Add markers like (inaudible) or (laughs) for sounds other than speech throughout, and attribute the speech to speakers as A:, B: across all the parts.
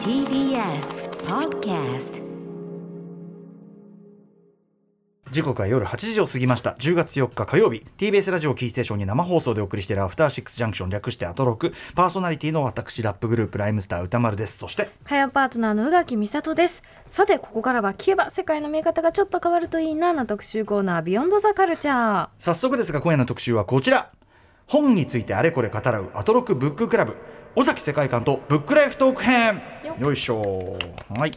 A: TBS Podcast
B: 時刻は夜8時を過ぎました10月4日火曜日 TBS ラジオをキーステーションに生放送でお送りしているアフターシックスジャンクション略してアトロクパーソナリティの私ラップグループライムスター歌丸ですそして
C: 火曜パートナーの宇垣美里ですさてここからは聞けば世界の見え方がちょっと変わるといいなな特集コーナービヨンドザカルチャー
B: 早速ですが今夜の特集はこちら本についてあれこれ語らうアトロクブッククラブ尾崎世界観とブックライフトーク編よいしょはい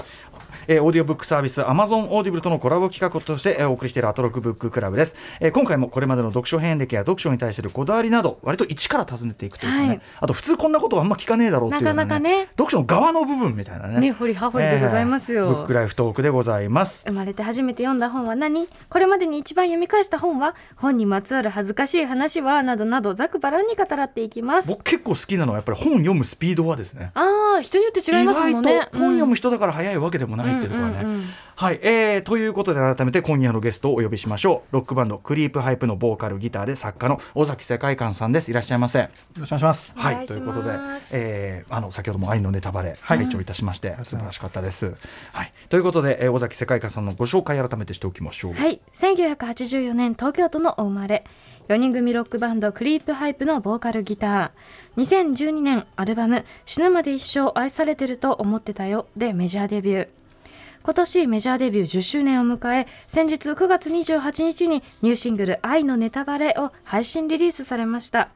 B: えーオーディオブックサービス Amazon オーディブルとのコラボ企画としてえーお送りしているアトロクブッククラブです、えー今回もこれまでの読書遍歴や読書に対するこだわりなど割と一から尋ねていくというかね、
C: はい
B: あと普通こんなことはあんま聞かねえだろうっていうよう
C: なかなかね
B: 読書の側の部分みたいなね
C: ね掘り葉掘りでございますよ
B: えーブックライフトークでございます
C: 生まれて初めて読んだ本は何これまでに一番読み返した本は本にまつわる恥ずかしい話はなどなどざくばらんに語らっていきます
B: 僕結構好きなのはやっぱり本読むスピードはですね
C: ああ人によって違いますもんね
B: 意外と本読む人
C: 人
B: だから早いわけでもないっていうところはね。
C: うんうんうん
B: はい、えーということで改めて今夜のゲストをお呼びしましょうロックバンドクリープハイプのボーカルギターで作家の尾崎世界観さんですいらっしゃいませ。
D: よろしくお願いします。
C: お願い
B: はい、
C: しま
B: とい
C: す
B: うことで、えーあの先ほども愛のネタバレ拝聴いたしまして、素晴らしかったです。はい、ということで、えー尾崎世界観さんのご紹介改めてしておきましょう。
C: はい1984年東京都のお生まれ4人組ロックバンドクリープハイプのボーカルギター2012年アルバム「死ぬまで一生愛されてると思ってたよ」でメジャーデビュー今年メジャーデビュー10周年を迎え先日9月28日にニューシングル「愛のネタバレ」を配信リリースされました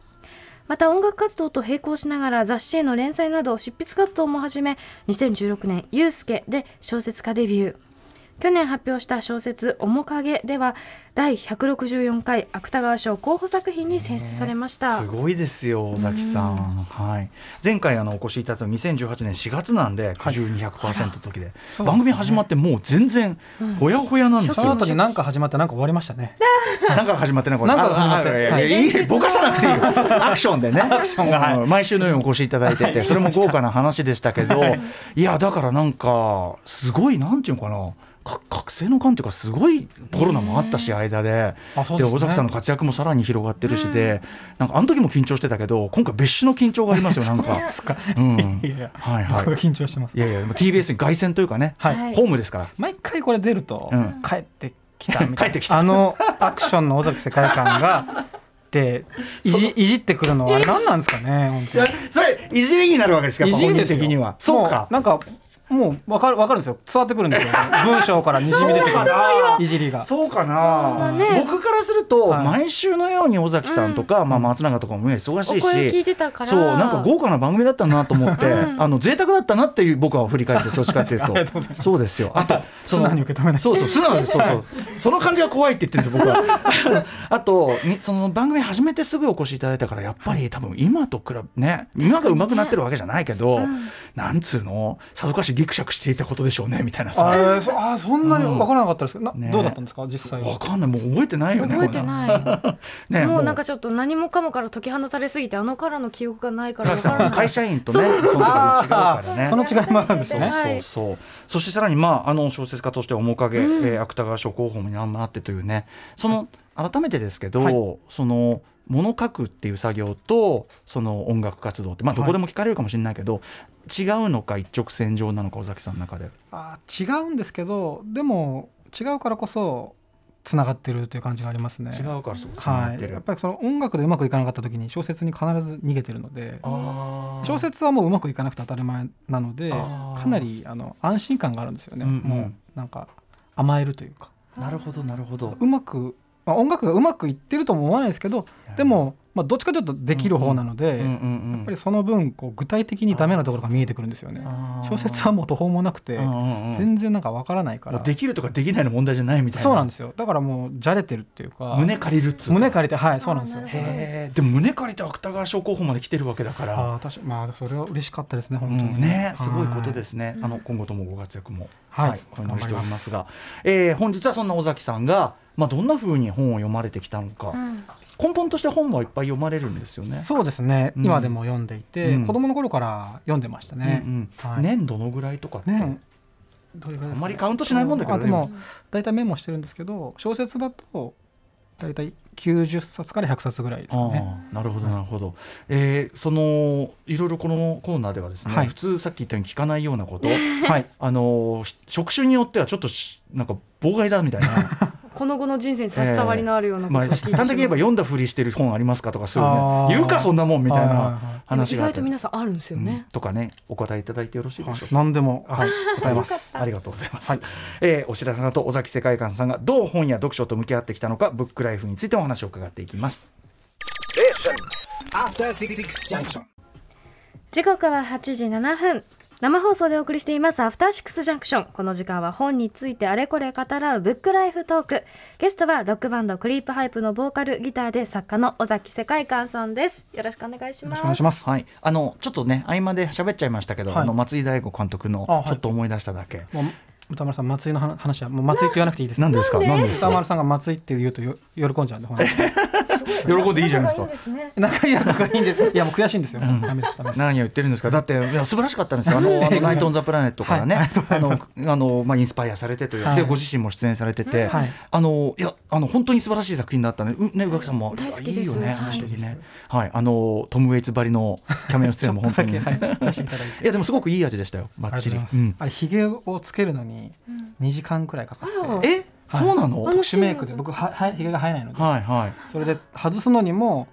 C: また音楽活動と並行しながら雑誌への連載など執筆活動も始め2016年「ゆうすけ」で小説家デビュー去年発表した小説「面影」では第164回芥川賞候補作品に選出されました、
B: すごいですよ、尾崎さん。はい、前回あのお越しいただいたの2018年4月なんで、苦渋200%の時で、
D: そうですね
B: 番組始まってもう全然ほやほやなんです
D: そ
B: よ。
D: の後に何か始まって何か終わりましたね。
B: なんか始まってないこれ。
D: なんか始まってない
B: あああいやいいぼかさなくていいよ。 (laughs) アクションでね。アクション
D: がはい
B: 毎週のようにお越しいただいてて、それも豪華な話でしたけど、いやだからなんかすごいなんていうのかな。か覚醒の感というかすごいコロナもあったし間で
D: あそう
B: で
D: ですね
B: 尾崎さんの活躍もさらに広がってるしでなんかあの時も緊張してたけど今回別種の緊張があり (laughs) ますよなんか。うん
D: いやいや
B: はいはい
D: 僕が緊張してます
B: い。やいやでも TBS に凱旋というかね
D: はい。
C: はい
B: ホームですから。
D: 毎回これ出ると
B: うん
D: 帰ってきたみ
B: 帰
D: たいな。
B: ってきた
D: あのアクションの尾崎世界観 (laughs) がでいじいじってくるのはあれ何なんですかね。本
B: いやそれいじりになるわけですか
D: 当
B: ら
D: に。いじ
B: 本
D: りで
B: 人
D: すよ
B: 的には。そう
D: も
B: か。
D: なんかもうわかるわかるんですよ。伝わってくるんですよね。文章からにじみ出 (laughs) てくるいじりが。
B: そうか
C: そ
B: な、
C: うだね
B: 僕からすると、
D: はい
B: 毎週のように尾崎さんとか、まあ、松永とかもね忙し
C: お
B: い
C: 声を聞い
B: して
C: たから
B: そうなんか豪華な番組だったなと思って、 (laughs)
C: うん
B: あの贅沢だったなっていう僕は振り返ってそうしかっていうと
D: がとうござい
B: そうですよあと
D: 素直に受け止めない
B: そうそう素直にそうそうその感じが怖いって言ってるんです僕は (laughs) あとにその番組始めてすぐお越しいただいたからやっぱり多分今と比べね今が上手くなってるわけじゃないけど、なんつうのさぞかしギクシャクしていたことでしょうねみたいなさ
D: あれそあそんなに分からなかったですけど、な
B: ね
D: どうだったんですか実際は
B: わ。かんないもう覚えてないよね
C: 覚えてない
B: い (laughs) ね
C: もうなんかちょっと何もかもから解き放たれすぎてあのからの記憶がないか
B: 高
C: らわ
B: 橋
C: か
B: さん
C: ら
B: は
C: ない
B: 会社員とね、その時は違うからね。
D: その違いもあるんです
B: そう
D: ね。
B: そうそう。そしてさらにまああの小説家としては面影、
C: うん
B: えー芥川賞候補にもなってというね。その改めてですけど、
D: はい
B: その物書くっていう作業とその音楽活動ってまあどこでも聞かれるかもしれないけど、違うのか一直線上なのか尾崎さんの中で。
D: あ違うんですけどでも違うからこそつながってるという感じがありますね。
B: うからそこ
D: は
B: っ
D: い、
B: て
D: やっ
B: る。
D: ぱりその音楽でうまくいかなかった時に小説に必ず逃げてるので
B: あー
D: 小説はもううまくいかなくて当たり前なので
B: あー
D: かなりあの安心感があるんですよね、
B: うんうん
D: もうなんか甘えるというか
B: なるほどなるほど。
D: うまく、まあ、音楽がうまくいってるとも思わないですけどでも、まあ、どっちかというとできる方なので、
B: うんうんうん、
D: やっぱりその分こう具体的にダメなところが見えてくるんですよね。小説は
B: も
D: もう途方もなくて全然なんかわからないから
B: できるとかできないの問題じゃないみたいな。
D: そうなんですよだからもうじゃれてるっていうか
B: 胸借りるっつうの
D: 胸借りてはいそうなんですよ
C: あーなるほど
B: へーでも胸借りて芥川賞候補まで来てるわけだから。
D: ああ確かまあそれは嬉しかったですね
B: う
D: 本当に
B: ん、ね、すごいことですすね。あの今後ともご活躍も、
D: はい
B: お祈りしておりますが、えー本日はそんな尾崎さんが、まあどんな風に本を読まれてきたのか、
C: うん
B: 根本として本はいっぱい読まれるんですよね。
D: そうですね
B: うん
D: 今でも読んでいて
B: うん
D: 子供の頃から読んでました
B: う
D: ね
B: んうん
D: はい
B: 年どのぐらいとかって、
D: ねどれぐら
B: あ
D: いですかね
B: まりカウントしないもんだけど
D: あ
B: ね。
D: でも大体メモしてるんですけど小説だと大体90冊から100冊ぐらいですかね。
B: ああなるほどなるほど、えーそのいろいろこのコーナーではですね、
D: はい
B: 普通さっき言ったように聞かないような
D: (laughs)
B: こと
D: はい、
B: あのし職種によってはちょっとしなんか妨害だみたいな
C: この後の人生に差し障りのあるようなこと
B: まあ
C: を聞いてし
B: 端
C: まう
B: 的に言えば読んだふりしてる本ありますかとかそういう
D: あ
B: ね
D: ー
B: 言うかそんなもんみたい
D: はいはい
B: な
D: はい
B: 話
C: 意
B: があっ
C: 外
B: て
C: と皆さんあるんですよね
B: うん、とかねお答えいただいてよろしいでしょうか、
D: 何でも、はい、答えます。
B: ありがとうございます、
D: はい
B: えー、お知らさんと尾崎世界観さんがどう本や読書と向き合ってきたのかブックライフについてお話を伺っていきます
E: After Six Junction.
C: 時刻は8時7分生放送でお送りしていますアフターシックスジャンクションこの時間は本についてあれこれ語らうブックライフトークゲストはロックバンドクリープハイプのボーカルギターで作家の尾崎世界観さんですよろしくお願いし
D: よろ
C: ま
D: し
C: す
D: くお願いします。
B: はい、あのちょっとね合間で喋っちゃいましたけど、
D: はい
B: あの松井大吾監督の
D: あはい
B: ちょっと思い出しただけ、
D: もう歌丸さん、松井の話話は、もう松井って言わなくていいです。
B: 何ですか
C: なんで
B: 何です
D: 歌
B: か
D: 丸さんが松井って言うとよ喜んじゃうんで、ほんとに
B: 喜んでいいじゃないですか
C: 仲がですね
D: (laughs) 仲いい仲がいいんで、いや、もう悔しいんですよ。
B: ん
D: ダメです、ダメです。
B: 何を言ってるんですかだっていや素晴らしかったんですよ、あのあのナイト・オン・ザ・プラネットからね、
D: はいあ
B: あのあのまあ、インスパイアされてという、
D: はい
B: でご自身も出演されてて、
D: はい
B: あのいやあの本当に素晴らしい作品だったね、うね宇垣さんも、
C: 大好きです
B: いいよね、
C: はい
B: 本当にね、はいあの、トム・ウェイツばりのキャメオ出演も本当に、
D: ちょっとだけはい出していただい
B: (laughs) いや、でもすごくいい味でしたよ、ば
D: あ
B: っ
D: り
B: ち
D: がとうござ
B: り
D: い。ま
B: うん
D: す。あれ、ひげをつけるのに、2時間くらいかかって。
C: あら
B: えそうなの、
C: あ
B: は
D: 特
B: い
C: の
D: 殊メイクで、僕、は、は、ひげが生えないので、
B: はい、
D: それで外すのにも。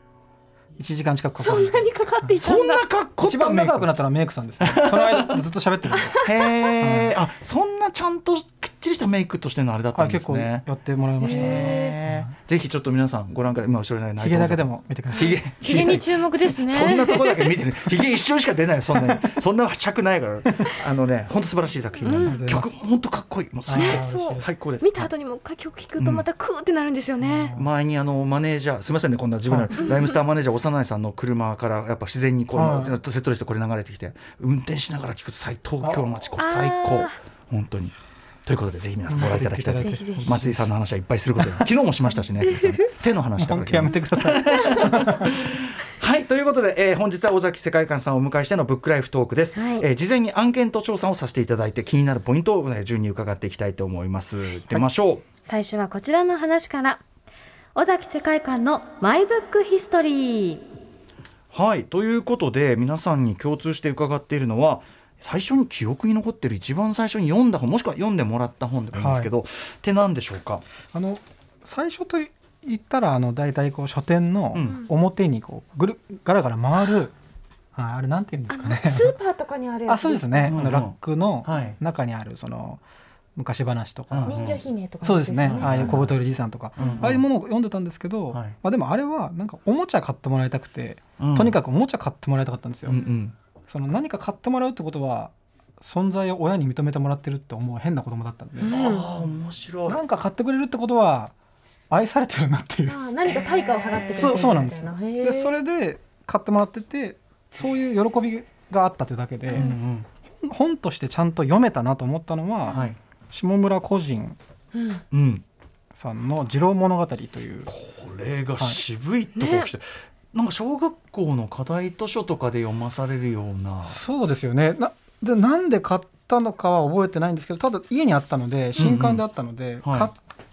D: 1時間近く
C: (laughs)
D: かか
C: そ
D: る
C: んなにかかっていたん
B: そ
C: だ
B: んな格好
D: 一番
B: メイク
D: 仲良くなったのはメイクさんです、ね。その間、ずっと喋ってるんで。
B: へえ、あそんなちゃんときっちりしたメイクと (laughs) してのあれだったん
D: はい、
B: で
D: 結
B: す
D: 構や
B: ね。
D: ってもらいましたね。
B: へーぜひちょっと皆さんご覧ください。今後ろにない
D: ひげだけで。も見てくださ
B: ひ
D: い。
B: げ
C: ひげに注目ですね
B: (laughs) そんなとこだけ見てる。ひげ一生しか出ないよそんなに。そんな尺ないから。あのね、本当素晴らしい作品なんで。
D: うん
B: 曲本当かっこいい。もう最
D: ね
C: そう
B: 高。最高です。
C: 見た後にも歌曲聞くとまたクーってなるんですよね、
B: 前にあのマネージャーすみませんねこんな自分のライムスターマネージャー幼いさんの車からやっぱ自然にこ
D: は
B: の
D: い
B: セットリストこれ流れてきて運転しながら聞くと最東京の街これ
C: あー
B: 最高本当にということでぜひ皆さんご覧いただきたい
D: ぜ
C: ひぜひ
B: 松井さんの話はいっぱいすることで昨日もしましたし
C: (laughs)
B: ね結構ね手の話だ
D: 本
B: か
D: 当や
B: ら
D: めてください。
B: はいということで、えー本日は尾崎世界観さんをお迎えしてのブックライフトークです、
C: はい
B: えー事前に案件と調査をさせていただいて気になるポイントを、ね、順に伺っていきたいと思います行ってみましょう、
C: 最初はこちらの話から尾崎世界観のマイブックヒストリー
B: はいということで皆さんに共通して伺っているのは最初に記憶に残っている一番最初に読んだ本もしくは読んでもらった本でもいいんですけど、って何でしょうか
D: あの最初と言ったらあの大体こう書店の
B: うん
D: 表にこうぐるガラガラ回る、ああれなんて言うんですかね。
C: スーパーとかにある
D: あそうですね。あ
B: うんうん
D: のラックの
B: はい
D: 中にあるその昔話と
B: うん
D: か、
B: 人魚
C: 姫と
D: そうですね。ああいう小
C: ぶ
D: 太りじいさんとか、
B: うんうん
D: ああいうものを読んでたんですけど、
B: はい
D: まあでもあれはなんかおもちゃ買ってもらいたくて、
B: うん
D: とにかくおもちゃ買ってもらいたかったんですよ。
B: うんうん
D: その何か買ってもらうってことは存在を親に認めてもらってるって思う変な子供だったんで、
B: ああ面白い
D: なんか買ってくれるってことは愛されてるなっていう。
C: 何か対価を払ってくれてる
D: そうそうなんですよ
C: みたいへー
D: でそれで買ってもらっててそういう喜びがあったというだけで、
B: うん
D: 本としてちゃんと読めたなと思ったの
B: う
D: は、
B: んはい
D: 下村個人
C: うん
B: うん、
D: さんの「二郎物語」という
B: これが渋いところ来て、なんか小学校の課題図書とかで読まされるような
D: そうですよねなでなんで買ったのかは覚えてないんですけどただ家にあったので新刊であったので、
B: はい
D: 買っ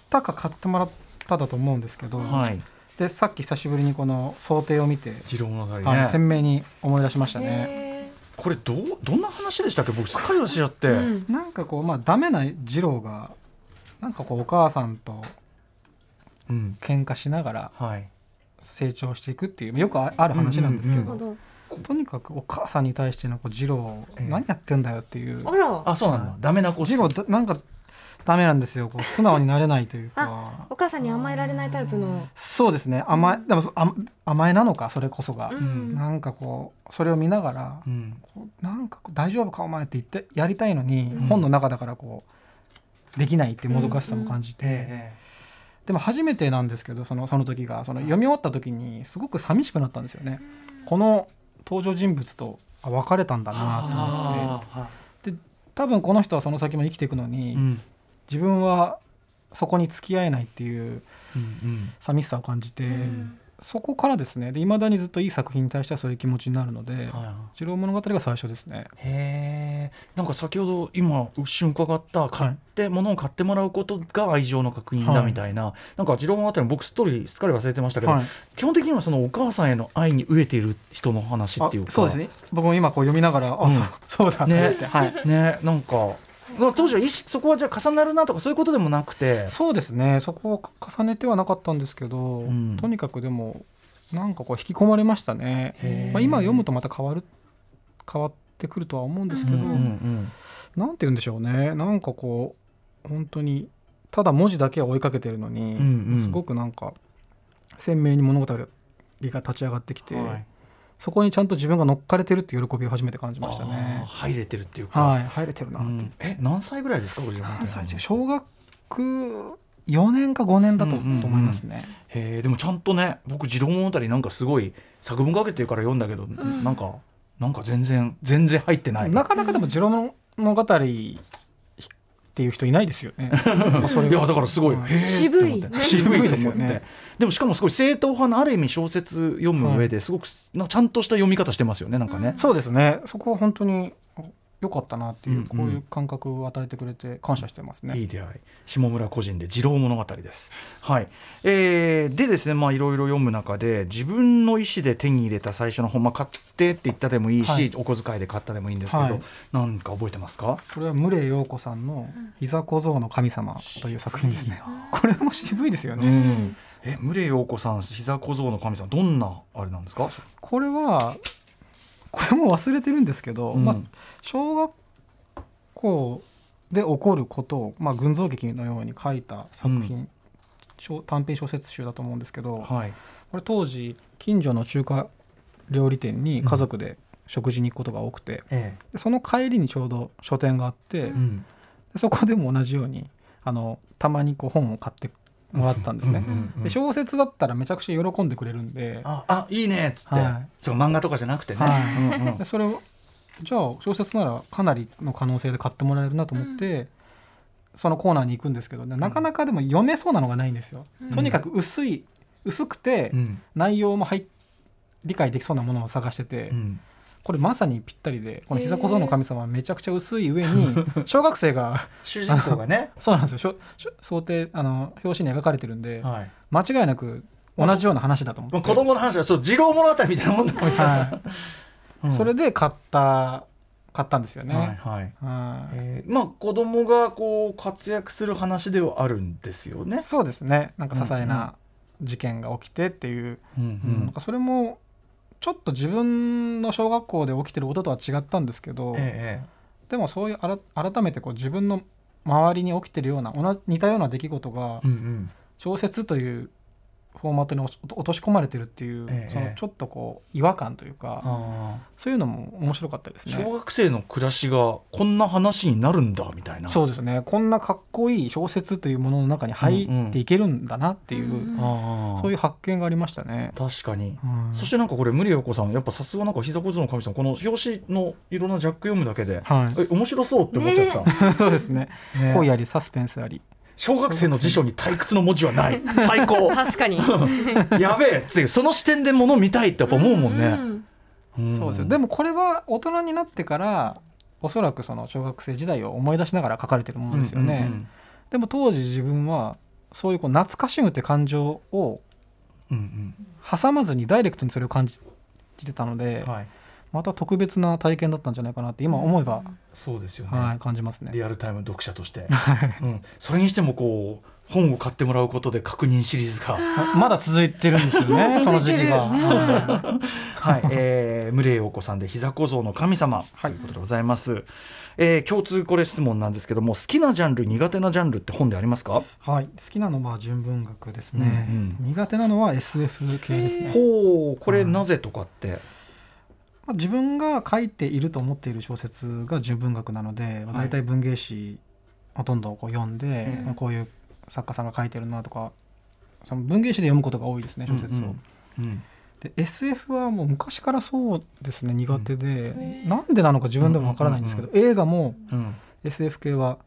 D: たか買ってもらっただと思うんですけど、
B: はい
D: でさっき久しぶりにこの想定を見て、
B: 「次郎物語
D: あの
B: ね」
D: 鮮明に思い出しましたね。
C: へ
B: これどうどんな話でしたっけ僕すっかり忘れちゃって、
C: ーうん
D: なんかこうまあダメな二郎がなんかこうお母さんと
B: うん
D: 喧嘩しながら
B: はい
D: 成長していくっていうよくあある話なんですけど、
B: うん
C: なるほ
D: とにかくお母さんに対してのこう二郎
B: ええ
D: 何やってんだよっていう
C: どあら
B: あそうなんだダメな子っす
D: 二郎だなんかダメなんですよこう素直になれないというか
C: お母さんに甘えられないタイプの
D: そうですね甘えでもそ甘甘えなのかそれこそが、
B: ん
D: なんかこうそれを見ながら、
B: うん
D: こうなんかこう大丈夫かお前って言ってやりたいのに、
B: うん
D: 本の中だからこうできないっていうもどかしさも感じて、
B: え
D: でも初めてなんですけどそのその時がその読み終わった時にすごく寂しくなったんですよね。この登場人物とあ別れたんだ
B: え
D: なと思っ
B: あ
D: てで多分この人はその先も生きていくのに、
B: ーうん
D: 自分はそこに付き合えないっていう
B: うん
D: 寂しさを感じて、
C: ん
D: そこからですねいまだにずっといい作品に対してはそういう気持ちになるので「一郎物語」が最初ですね
B: へえなんか先ほど今一瞬伺った買って物を買ってもらうことが愛情の確認だみたいな、なんか二郎物語の僕すっとりすっかり忘れてましたけど、
D: はい
B: 基本的にはそのお母さんへの愛に飢えている人の話っていうか
D: あそうですね僕も今こう読みながら「あ、
B: うん
D: そうそう (laughs) だ」と思っ
B: ね
D: て、はい、
B: ねなんかまあ当時は意識そこはじゃあ重なるなとかそういうことでもなくて
D: そうですねそこを重ねてはなかったんですけど、
B: うん
D: とにかくでもなんかこう引き込まれましたね
B: へー、
D: まあ、今読むとまた変わる変わってくるとは思うんですけど、
B: うんうんうん
D: なんて言うんでしょうねなんかこう本当にただ文字だけを追いかけてるのに、
B: うんうん
D: すごくなんか鮮明に物語が立ち上がってきて、
B: はい
D: そこにちゃんと自分が乗っかれてるっていう喜びを初めて感じました
B: あー
D: ね。
B: 入れてるっていうか、
D: はい、入れてるな
B: う
D: って、
B: んえ何歳ぐらいですかご自分
D: 何歳でしょう小学4年か5年だと,、
B: うんうんうん
D: と思いますね。
B: へえでもちゃんとね僕「自動物語」なんかすごい作文かけてるから読んだけど、
C: ん
B: なんかなんか全然全然入ってない
D: なかなかでも「ジロの物語」っていう人いないですよ
B: (laughs)
D: ね。 (laughs) それ
B: い
D: が
B: やだからすごい、
D: うん
B: へえ
C: 渋い
B: と思って
D: 渋
B: 渋
D: い
B: いで
D: ですす
B: よ
D: よね
B: ねでもしかもすごい正統派のある意味小説読む上ですごくなんかちゃんとした読み方してますよねなんかね、
D: そうですねそこは本当に良かったなっていう、
B: うんうん
D: こういう感覚を与えてくれて感謝してますね。
B: いい出会い下村個人で「二郎物語」です。はいえーでですねまあいろいろ読む中で自分の意思で手に入れた最初の本、まあ、買ってって言ったでもいいし、
D: はい
B: お小遣いで買ったでもいいんですけど、
D: はい
B: なんか覚えてますか
D: これは牟礼陽子さんの「膝小僧の神様」という作品ですね。これも渋いですよね。
B: うん、え牟礼陽子さん膝小僧の神さんどんなあれなんですか
D: これはこれも忘れてるんですけど、
B: うん
D: まあ、小学校で起こることを、まあ、群像劇のように書いた作品、小短編小説集だと思うんですけど、
B: はい、
D: これ当時近所の中華料理店に家族で食事に行くことが多くて、
B: え
D: でその帰りにちょうど書店があって、
B: え
D: でそこでも同じようにあのたまにこう本を買ってもらったんですね。
B: うんうんうん
D: で小説だったらめちゃくちゃ喜んでくれるんで、
B: ああいいねっつって、
D: はい
B: そう漫画とかじゃなくてね、
D: はい
B: うんうん
D: でそれをじゃあ小説ならかなりの可能性で買ってもらえるなと思って、そのコーナーに行くんですけどねなかなかでも読めそうなのがないんですよ。
C: うん
D: とにかく薄い薄くて
B: うん
D: 内容も入っ理解できそうなものを探してて、
B: うん
D: これまさにぴったりでこの「膝小僧の神様」はめちゃくちゃ薄い
B: (laughs)
D: 上に小学生が
B: 主人公が
D: (laughs)
B: ね
D: そうなんですよしょしょ想定あの表紙に描かれてるんで
B: はい
D: 間違いなく同じような話だと思っ
B: まあ
D: て。
B: 子供の話はそう二郎物語みたいなもんだもんね、
D: は
B: う
D: い、
B: ん
D: それで買った買ったんですよね。
B: はいはい
D: はい
B: えーまあ子供がこう活躍する話ではあるんですよね。
D: そうですねなんか些細
B: うんうん
D: な事件が起きてっていう、
B: うん
D: なんかそれもちょっと自分の小学校で起きてることとは違ったんですけど、
B: え
D: でもそういうあら改めてこう自分の周りに起きてるような同じ似たような出来事が
B: えうんうん
D: 小説というフォーマットに落と落とし込まれてるっていう、
B: ええ
D: そのちょっとこう違和感というか、
B: あ
D: そういうのも面白かったです
B: ー小
D: ね。
B: 学生の暮らしがこんな話になるんだみたいな。
D: そうですねこんなかっこいい小説というものの中に入っていけるんだなっていう、
C: うんうん
B: あー
D: そういう発見がありましたね。
B: 確かに。
D: うん
B: そしてなんかこれ無理よこさんやっぱさすがなんか膝小僧の神さんこの表紙のいろんなジャック読むだけで、
D: はい、
B: え面白そうって思っちゃった。
D: (laughs) そうですね。
B: ね
D: 恋ありサスペンスあり。
B: 小学生の辞書に退屈の文字はない。最
D: (laughs)
B: 高。
C: 確かに。
B: やべえっていうその視点で物見たいってやっぱ思うもんね。
C: うん
B: ん
D: そうですよ。でもこれは大人になってからおそらくその小学生時代を思い出しながら書かれてるものですよね。でも当時自分はそういうこう懐かしむって感情を
B: うんうん
D: 挟まずにダイレクトにそれを感じてたの
B: う
D: で
B: ん、はい、
D: また特別な体験だったんじゃないかなって今思えば、
B: そうですよね、
D: はい感じますね。
B: リアルタイム読者として、うん、それにしてもこう本を買ってもらうことで確認シリーズが、
D: ままだ続いてるんですよ (laughs) ね。その時期が。
C: 続いてる
D: は
B: はいえー、無礼陽子さんで「膝小僧の神様」ということでございます、えー共通これ質問なんですけども好きなジャンル苦手なジャンルって本でありますか
D: い、好きなのは純文学です
B: ね
D: 苦手なのは SF 系ですね
B: ほうこれなぜとかって、
D: まあ、自分が書いていると思っている小説が純文学なので、まあ、
B: はい
D: 大体文芸誌ほとんどこう読んで、
B: え
D: まあこういう作家さんが書いてるなとかその文芸誌で読むことが多いですね小説を。
B: うんうん
D: で SF はもう昔からそうですね苦手で、なんでなのか自分でもわからないんですけど、映画も
B: うん
D: SF 系は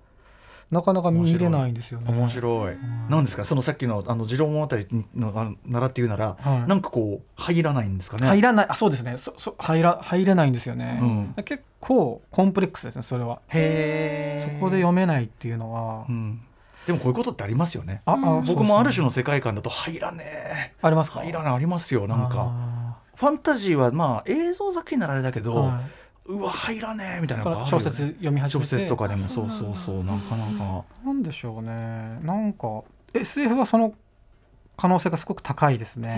D: なかなか見れないんですよね。
B: 面白い。なんですか、そのさっきの、あの、持論物語の、あの、習って言うなら、
D: はい
B: なんかこう、入らないんですかね。
D: 入らないあそうですねそそ入ら入れないんですよね、
B: うん
D: 結構コンプレックスですねそれは
B: へ
D: そ
B: ー
D: こで読めないっていうのは、
B: うん。でも、こういうことってありますよね。
D: ああ
C: うん
B: 僕もある種
D: の
B: の世界観だと、入らねえ。
D: ありますか
B: 入らない、ありますよ、なんか。
D: か
B: ファンタジーは、まあ、映像作品ならあれだけど、
D: は
B: うわ、入らねえみたい
D: い
B: な
D: そ
B: の
D: の
B: があるよ
D: 小
B: ね
D: 説読み始め
B: 小
D: て
B: 説とかでも、
C: あ
B: そ
C: そう
B: う
C: なんだ
B: そうそう、なかなか。
D: なんでしょうねなんか SF はその可能性がすごく高いです
B: (laughs)
D: ね、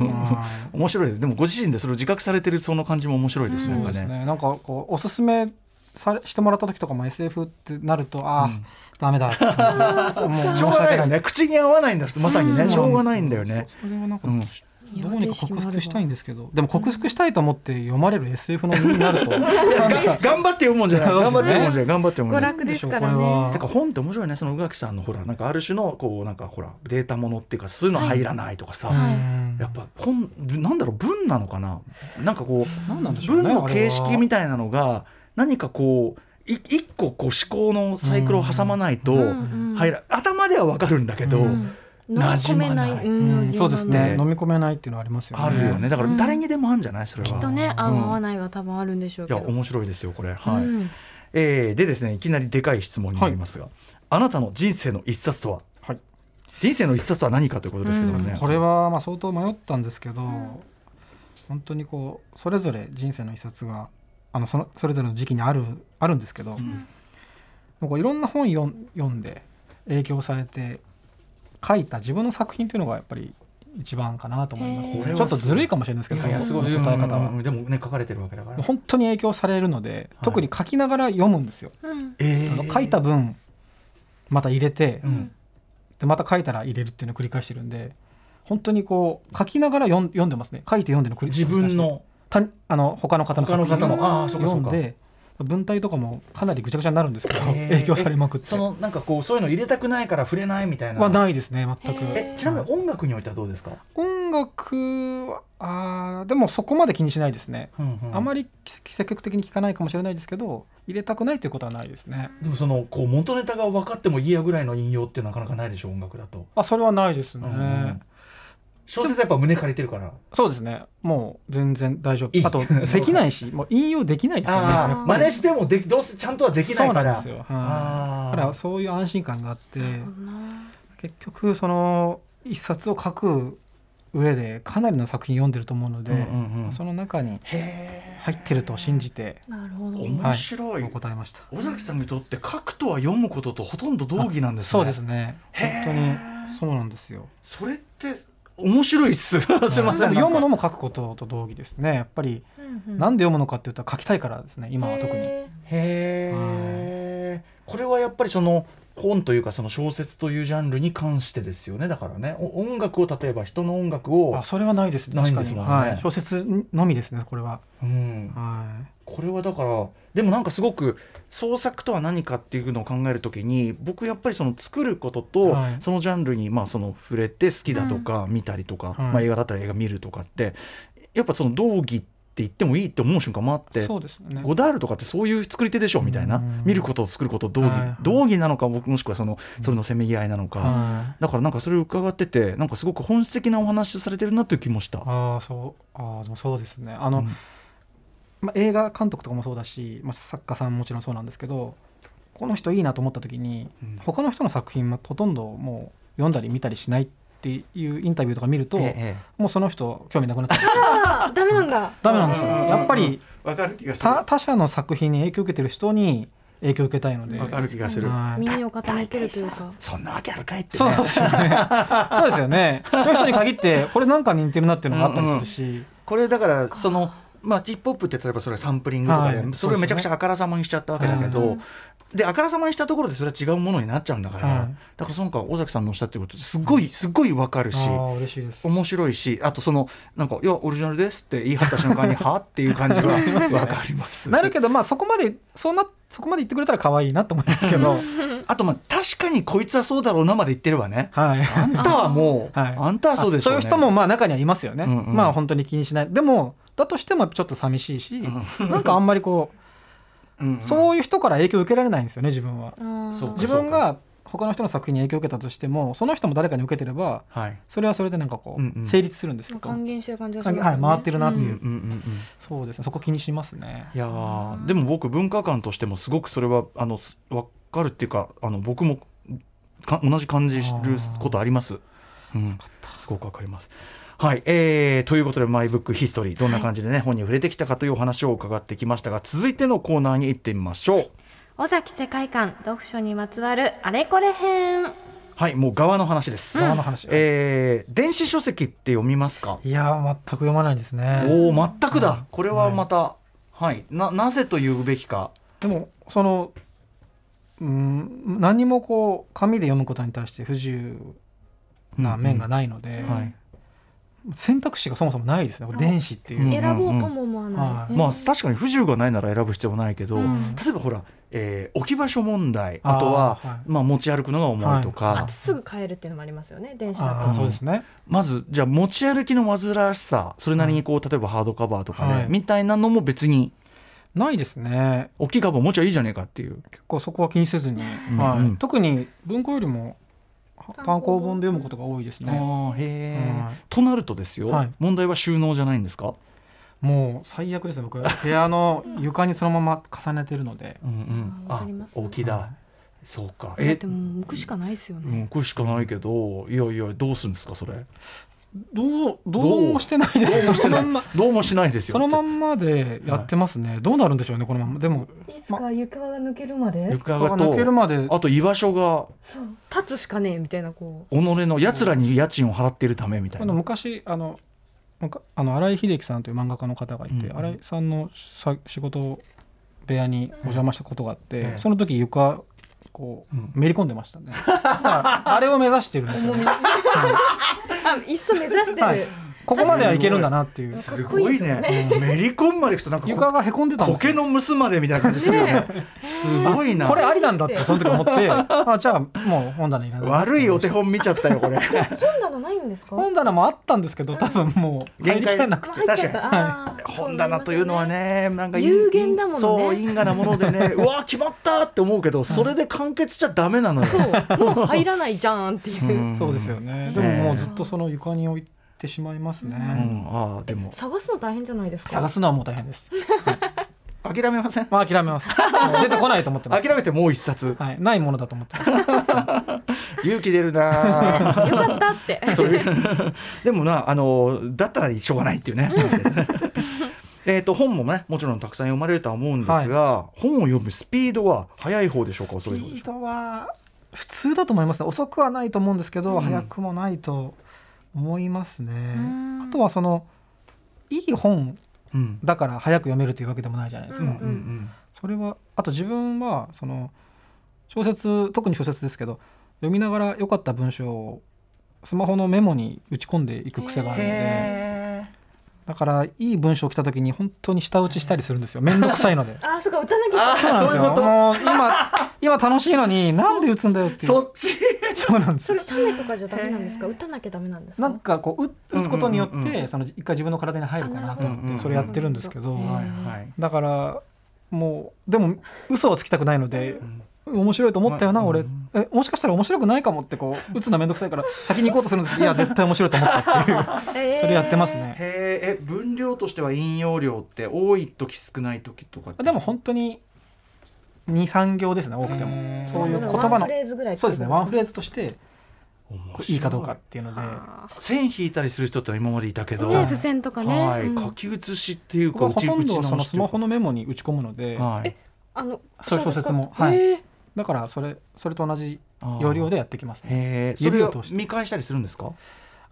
C: うん
D: はい
B: 面白いです。でも、ご自身でそれを自覚されてる、その感じも面白いですね。
C: うん
B: な
D: そうんです
B: かね。
D: ねなんかこうおすすめされしてもらった時とかも SF ってなるとああ、
B: うん (laughs)
D: ダメだってもう
B: しょうがないよね。口に合わないんだし、まさに
D: う
B: ね、
D: ん
B: しょうがないんだよね。
D: そうそれはなんか、
B: うん
D: どうにか克服したいんですけどでも克服したいと思って読まれる SF の身になるとなんか
B: 頑張って読むもん (laughs) じゃない。
D: そう
B: 頑
D: で
B: 張って
D: すね
B: 読むもんじゃない。頑張って読むもんじゃな
C: 娯
B: い。
C: 楽ですから
D: これ
C: ね
D: は
B: てか本って面白いねその宇垣さんのほらなんかある種のこうなんかほらデータものっていうかそういうの入らないとかさ、
D: うん
C: はい
B: やっぱ本なんだろう文なのかななんかこう
D: 何なんでしょうね
B: 文の形式み
D: た
B: たいなのが何かこうい一個こう思考のサイクルを挟まないと
C: ん
B: 入ら頭ではわかるんだけど、
D: う
C: 飲み込めない
B: 馴染まない
C: うん
D: うん、そうですね
B: ね
D: 飲み込めないっていうのはありますよね
B: あるよねだから誰にでもあるんじゃないそれは。
C: きっとね合う
B: うん
C: 合わないは多分あるんでしょう
B: い
C: け
B: や
C: ど
B: 面白いですよこれ。はい
C: うん
B: えーでですねいきなりでかい質問になりますが、あなたの人生の一冊とは、
D: はい
B: 人生の一冊とは何かということですけどもね、
D: これはまあ相当迷ったんですけど、本当にこうそれぞれ人生の一冊があのそのそれぞれの時期にあるあるんですけど、
B: ん
D: なんかいろんな本読ん読んで影響されて書いた自分の作品というのがやっぱり一番かなと思います
C: へ
D: ね
B: ー
D: ちょっとずるいかもしれないですけど
B: いやいやすごい
D: この答え方
B: うんうんう
D: は
B: んでもね書かれてるわけだから
D: 本当に影響されるので、
B: い
D: 特に書きながら読むんですよ。
C: うん
B: え
D: あの書いた分また入れて、
B: うん
D: でまた書いたら入れるっていうのを繰り返してるんで本当にこう書きながら読ん読んでますね書いて読んでるの繰り
B: 自分の
D: 繰り返してたあの他の方の
B: 他の
D: 作
B: 方
D: 品
B: の
D: を
B: ああーそうかそ
D: 読
B: うんか
D: で文体とかもかなりぐちゃぐちゃになるんですけど
B: へー
D: (laughs) 影響されまくって
B: そのなんかこうそういうの入れたくないから触れないみたいな
D: はないですね全
C: へ
D: く
C: ー
B: えちなみに音楽においてはどうですか、
D: 音楽はあーでもそこまで気にしないですね、
B: うんうん
D: あまり積極的に聞かないかもしれないですけど入れたくないということはないですね
B: でもそのこう元ネタが分かってもいいやぐらいの引用ってなかなかないでしょ音楽だと、
D: あそれはないですね、
B: うん小説はやっぱ胸借りてるから
D: そうですねもう全然大丈
B: いい
D: 夫あと
B: (laughs)
D: できないしもう引用できないですよね
B: ああ
C: ー
B: 真似してもできどうせちゃんとはできないから
D: そうなんですよ、はい
B: あー
D: だからそういう安心感があって
C: そんな
D: 結局その一冊を書く上でかなりの作品読んでると思うので、
B: うんうんうん
D: その中に
B: へ
D: 入ってると信じて
C: なるほど
B: 面白い、
D: 答えました
B: 尾崎さんにとって書くとは読むこととほとんど同義なんですね
D: そうですね
B: へー
D: 本当にそうなんですよ
B: それって面白いっ (laughs) すすいません
D: はいでも読むの
B: も
D: も書くことと同義ですねやっぱり
C: な
D: なんで読むのかっていうと書きたいからですね今は特に
B: へえこれはやっぱりその本というかその小説というジャンルに関してですよねだからねお音楽を例えば人の音楽を
D: あ、それはないですね
B: ない
D: 確
B: ん
D: か
B: です
D: に、
B: もんね
D: はい、小説のみですねこれは、
B: うん、
D: はい
B: これはだからでもなんかすごく創作とは何かっていうのを考えるときに僕やっぱりその作ることと、
D: はい
B: そのジャンルにまあその触れて好きだとか見たりとか、
D: はい
B: まあ、映画だったら映画見るとかってやっぱその道義って言ってもいいって思う瞬間もあって。
D: そうですね
B: ゴダールとかってそういう作り手でしょみたいな
D: うん
B: 見ることを作ることを道義、
D: はいはい
B: 道義なのか僕もしくはそのそれのせめぎ合いなのか、
D: はい
B: だからなんかそれを伺っててなんかすごく本質的なお話をされてるなという気もした。
D: ああそうああでもそうですねあの、
B: うん
D: まあ、映画監督とかもそうだし、まあ、作家さんももちろんそうなんですけどこの人いいなと思った時に、
B: うん
D: 他の人の作品もほとんどもう読んだり見たりしないっていうインタビューとか見ると、
B: ええ
D: もうその人興味なくなっちゃう
C: あダメなんだ
D: ダメなんですよ
B: へえ
D: やっぱり
B: わかる気が
D: 他他者の作品に影響を受けてる人に影響を受けたいので
B: わかる気がする。
D: はい
C: 耳を固めてるというか
B: そんなわけあるかいって、
D: そう
B: ね。
D: ですよねそうですよねそういう人に限ってこれなんか似てるなっていうのがあったりするし、
B: これだからそのまあヒップホップって例えばそれはサンプリングとかで、
D: はい
B: それをめちゃくちゃあからさまにしちゃったわけだけど、
C: うん
B: であからさまにしたところでそれは違うものになっちゃうんだから、
D: はい
B: だからそのか尾崎さんのおっしゃってることすごいすごいわかるし。
D: ああ嬉しいです
B: 面白いしあとそのなんか「いやオリジナルです」って言い張った瞬間に「は?」っていう
D: (laughs)
B: 感じがわかります。
D: なるけどまあそこまでそんなそこまで言ってくれたら可愛いなと思いますけど
B: あとまあ確かにこいつはそうだろうなまで言ってればね
D: (laughs) はい
B: あんたはもう、
D: はい
B: あんたはそうでしょ
D: そう
B: ね、
D: いう人もまあ中にはいますよね、
B: うんうん
D: まあ本当に気にしないでもだとしてもちょっと寂しいし、
B: う
D: なんかあんまりこう
B: うんうん
D: そういう人から影響を受けられないんですよね自分は。
B: そうか
D: 自分が他の人の作品に影響を受けたとしてもその人も誰かに受けてれば
B: はい
D: それはそれでなんかこ
B: うんうん
D: う成立するんですよ。
C: 還元してる感じがします、ね、
D: はい回ってるなって
B: うん
D: い
B: うん
D: う
B: うんうん
D: そうですねそこ気にしますね。
B: いやーでも僕文化観としてもすごくそれはあのすわかるっていうかあの僕もか同じ感じることあります。うん、すごくわかります。はい、えーということで「マイブックヒストリー」どんな感じでね、本に触れてきたかというお話を伺ってきましたが続いてのコーナーに行ってみましょう。
C: 尾崎世界観読書にまつわるあれこれ編
B: はいもう側の話です。
D: 側の話
B: えー電子書籍って読みますか
D: いやー全く読まないですね。
B: おお全くだこれはまた、はいななぜと言うべきか。
D: でもそのうん何もこう紙で読むことに対して不自由な面がないので、
C: うんうんはい
D: 選択肢がそもそもないですねこれ電子っていう、
B: うん
C: 選ぼうとも思わない、
D: うん
C: うん
B: まあ確かに不自由がないなら選ぶ必要はないけど、
C: うん
B: 例えばほら、えー置き場所問題
D: あー
B: あとは
D: は
B: まあ、持ち歩くのが重いとか、
C: あとすぐ変えるっていうのもありますよね電子
D: あ
C: だ
D: ーそうですね
B: まずじゃあ持ち歩きの煩わしさそれなりにこう例えばハードカバーとかね、
D: はい
B: みたいなのも別に
D: ないですね
B: 大きいカバー持ちゃいいじゃねえかっていう。
D: 結構そこは気にせずに、
B: ん
D: はい
B: うん
D: 特に文庫よりも単行本で読むことが多いです
B: あ
D: ね
B: ーへー
D: はい
B: となるとですよ、
D: はい
B: 問題は収納じゃないんですか、
D: もう最悪ですね僕部屋の床にそのまま重ねてるので
B: うんうん、
C: あーわかります
B: 大きいだそうか
C: とだっ
B: え
C: てもう置くしかないですよ
B: うん、
C: ね、
B: 置くしかないけどいやいやどうするんですかそれ
D: どうどうもしてないですね
B: どうもしてない
D: そのまんま
B: どうもしないですよ
D: そのまんまでやってますね、どうなるんでしょうねこのまんまでも
C: いつか床が抜けるまで
B: 床
D: こ
B: が
D: こが抜ける
B: と
D: まで
B: あと居場所が
C: そう立つしかねえみたいなこ
B: 己のやつらに家賃を払っているためみた
D: こ
B: い
D: の
B: な。
D: 昔あのむかあの新井秀樹さんという漫画家の方がいて、
B: うん
D: 新井さんのさ仕事部屋にお邪魔したことがあって、
B: ええ
D: その時床こう、
B: うん
D: めり込んで
B: (laughs)
D: ましたねあれを目指してるんですよ、ね、
C: うあいっそ目指してる、
D: はいここまではいけるんだなっていう
C: すごいですよね
B: すごいね。めり込んまでいくとなんかこ
D: 床がへこんでたんです
B: 苔
D: よ
B: の娘までみたいな感じしてるよね。すごいな。
D: これありなんだってその時思って
B: (laughs)
D: あじゃあもう本棚いらない
B: 悪いお手本見ちゃったよこれ。
C: 本棚ないんですか
D: 本棚もあったんですけど多分もう入
B: 限
D: りき
B: 界
D: らなくて
C: 入っちゃった
B: 確かに
C: あー
B: 本棚というのはねなんか因
C: 有限だものね
B: そう因果なものでねうわ決まったって思うけどそれで完結しちゃダメなのよ。
C: そうなんですよねそうもう入らないじゃんっていう、
B: ん
D: そうですよ。ねでももうずっとその床に置いてしまいますね、
B: うんああでも
C: 探すの大変じゃないですか
D: 探すのはもう大変です
B: 諦めません。
D: まあ諦め (laughs) ます。もう出てこないと思ってま
B: 諦
D: す。
B: めてもう一冊
D: はい、ないものだと思ってます。
B: 勇気出るなあ。
C: よかったっ
B: (laughs)
C: て
B: そういうでもなあのだったらしょうがないっていうね話ですね (laughs) えーと本もねもちろんたくさん読まれるとは思うんですが、本を読むスピードは速い方でしょうか
D: ス
B: 遅い方で
D: ピ
B: し
D: ー
B: ょうか
D: ドは普通だと思いますね。遅くはないと思うんですけど、
B: うん
D: 早くもないと思いますね
C: うん。
D: あとはそのいい本
B: うん
D: だから早く読めるというわけでもないじゃないですか。
C: うん
D: それはあと自分はその小説特に小説ですけど読みながら良かった文章をスマホのメモに打ち込んでいく癖があるので
B: へー
D: だからいい文章を来た時に本当に舌打ちしたりするんですよ面倒くさいので
C: あーそうか打たなきゃ
B: あ
D: そうなん
B: ー
D: で
B: そ
D: す
B: うい
D: よ。
B: うこと
D: もう (laughs) 今今楽しいのになんで打つんだよっていう。
B: そっち
D: そうなんです
C: そ
D: よ (laughs)
C: れ。写メとかじゃダメなんですか打たなきゃダメなんです
D: な
C: か
D: んかこう打打つことによって、
B: うんうんうんうん
D: その一回自分の体に入るかな
B: あなる
D: と
B: ほ
D: 思っ
B: ど
D: てそれやってるんですけど、
C: うんうんうん
B: はいはい
D: だからもうでも嘘をつきたくないので。面白いと思ったよな、
B: まあ
D: 俺
B: うん
D: えもしかしたら面白くないかもってこう打つのめんどくさいから先に行こうとするんですけ (laughs) どいや絶対面白いと思ったっていう (laughs)
C: えー
D: それやってますね、
B: へーえ分量としては引用量って多い時少ない時とかって
D: でも本当に23行ですね多くて
B: へー
D: もそういう言
C: ワ
D: 葉
C: ン
D: の
C: フレーズぐらい
D: そうですねワンフ
C: レ
D: レーズとしてこ
B: 面
D: う
B: 白
D: いいかどうかっていうので
B: 線引いたりする人ってのは今までいたけど、
C: ね付箋とかね、
B: はい、
C: うん
B: 書き写しっていう
D: 僕
B: か
D: はほとん
B: 打ち
D: ど
B: 直し
D: そのスマホ
B: の、
D: のメモに打ち込むので、
B: はい、
C: あの
D: そういう小説も
C: 小説家
D: は
C: えー
D: だからそれそれと同じ
B: あー
D: 要領でやってきますね。
B: へえそ
D: 指
B: れ
D: を
B: を
D: 通して
B: 見返したりするんですか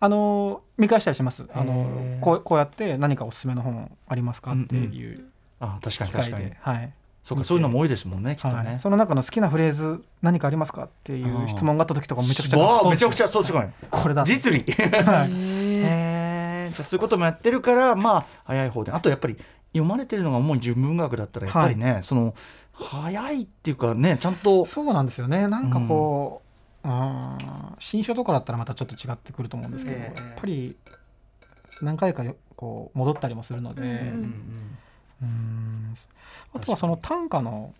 D: あのー見返したりします。あの
B: へー
D: ーこうこうやって何かおすすめの本ありますかっていう
B: あ確かに
D: 機会
B: 確
D: で、
B: かに
D: はい。
B: そう
D: 見
B: か
D: て
B: そういうのも多いですもんねきっと
D: は
B: ね
D: い、その中の好きなフレーズ何かありますかっていう質問があった時とかめちゃくちゃ
B: わあめちゃくち
D: ゃ
B: ゃそうすごい
D: こ (laughs) れだ
B: 実利へ
D: はい
B: えじゃあそういうこともやってるからまあ早い方であとやっぱり読まれてるのが主に純文学だったらやっぱりね、その早いっていうかねちゃんと
D: そうなんですよねなんかこう、うん、新書とかだったらまたちょっと違ってくると思うんですけど、
B: ええ
D: やっぱり何回かよこう戻ったりもするので、
C: うん
B: う
C: うん
B: ん
D: うんあとはその短歌の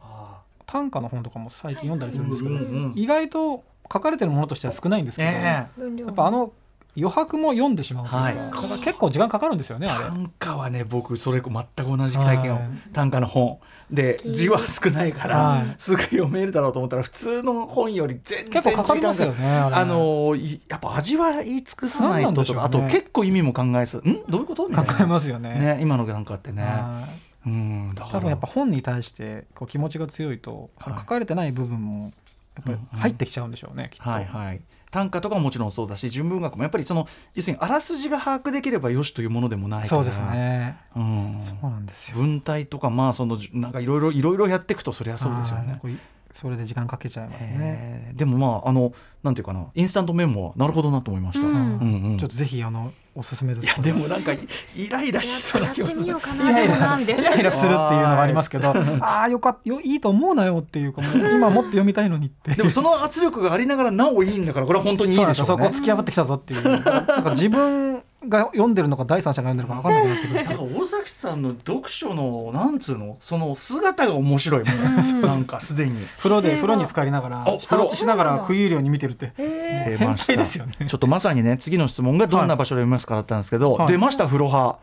B: あ
D: 短歌の本とかも最近読んだり
B: ー
D: するんですけど、
B: うんうん
D: 意外と書かれてるものとしては少ないんですけど、
B: ええ
C: 分量
D: やっぱあの余白も読んでしまうというか,、
B: はい
D: だから結構時間かかるんですよねあれ。
B: 短歌はね僕それ全く同じ体験を
D: はい
B: 短歌の本で
C: 好き
B: 字は少ないか
D: は
B: ら (laughs)
D: い
B: すぐ読めるだろうと思ったら普通の本より全然
D: 結構かかりますよ
B: 時間が
D: ねあれ
B: あのいやっぱ味わい尽くさないととか、あ
D: なんなんでしょう
B: と
D: ね
B: 結構意味も考えずんどういうことみたい
D: か
B: な
D: かりますよね。
B: ね今の短歌ってね
D: はい
B: うんだから
D: 多分やっぱ本に対してこう気持ちが強いと、
B: はい
D: 書かれてない部分もやっぱり入ってきちゃうんでしょうね、きっと。
B: はいはい、短歌とかももちろんそうだし純文学もやっぱりその要するにあらすじが把握できればよしというものでもないから
D: そうです、ね、
B: うん、
D: そうなんですよ。
B: 文体とかまあそのなんかいろいろいろいろやっていくとそりゃそうですよ
D: はい
B: ね。
D: こういそれで時間かけちゃいますね。
B: へーでもまああのなんていうかなインスタントメモはなるほどなと思いました。
C: う
B: うんんうん
D: ちょっとぜひあのおすすめで
B: い
D: す。
B: や
D: こ
B: (laughs)
D: れ
B: でもなんかいイライラしそうな
C: やっ
B: 気
C: て
B: がす
C: み
B: る
C: よう。かなでもなみたい
D: イ
C: な
D: ライラするっていうのがありますけど、ああよかったよいいと思うなよっていうかもう今もっと読みたいのにって。
B: でもその圧力がありながらなおいいんだからこれは本当にい
D: そう
B: い
D: なん
B: で
D: で
B: し
D: す
B: ょ
D: よ
B: う
D: そこ
B: ね。
D: 突き破ってきたぞっていうなんか自分が読んでるのか第三者が読んでるのか分かんなくなってくる
B: だから尾崎さんの読書のなんつうのその姿が面白いもんなんかすでに。
D: 風呂で風呂に浸かりながら
B: お
D: 舌打ちしながら食い入るように見てるって
C: え
B: 出
D: 変
B: ました
D: 態ですよね
B: ちょっとまさにね次の質問がどんな場所で読みますかだったんですけど、
D: はい
B: 出ました風呂派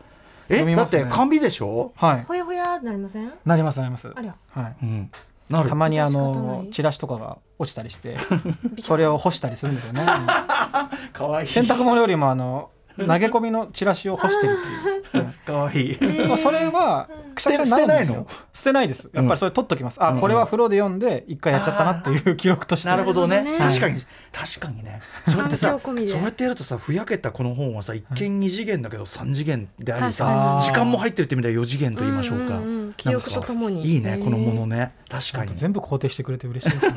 B: え、
D: 読み
B: だ
D: ま
B: っ
D: すね
B: て甘美でしょ、
D: はい
C: ー、ほやほやってなりません
D: なりますなります
C: ありゃ
D: はい
B: うん、なる
D: たまにあ
C: 仕方な
D: の
C: い
D: チラシとかが落ちたりして
B: (laughs)
D: それを干したりするんですよね
B: かわいい
D: 洗濯物よりもあの投げ込みのチラシを干してるっていう、
B: かわいい
D: うんまあそれはくしゃくしゃになるんですよ捨てないですやっぱりそれ取っときます、
B: うんうん
D: あこれは風呂で読んで一回やっちゃったなっていう記録として
B: なるほどね
C: なるほどね
B: 確かに確かにねそうやってさ
C: 反響込みで
B: そうやってやるとさふやけたこの本はさ一見2次元だけど3次元であり
C: 確
B: さ
C: か
D: に
B: 時間も入ってるって意味では4次元と言いましょうか、
C: んんん記憶とともに
B: いいねこのものね確かに
D: 全部肯定してくれて嬉しいですね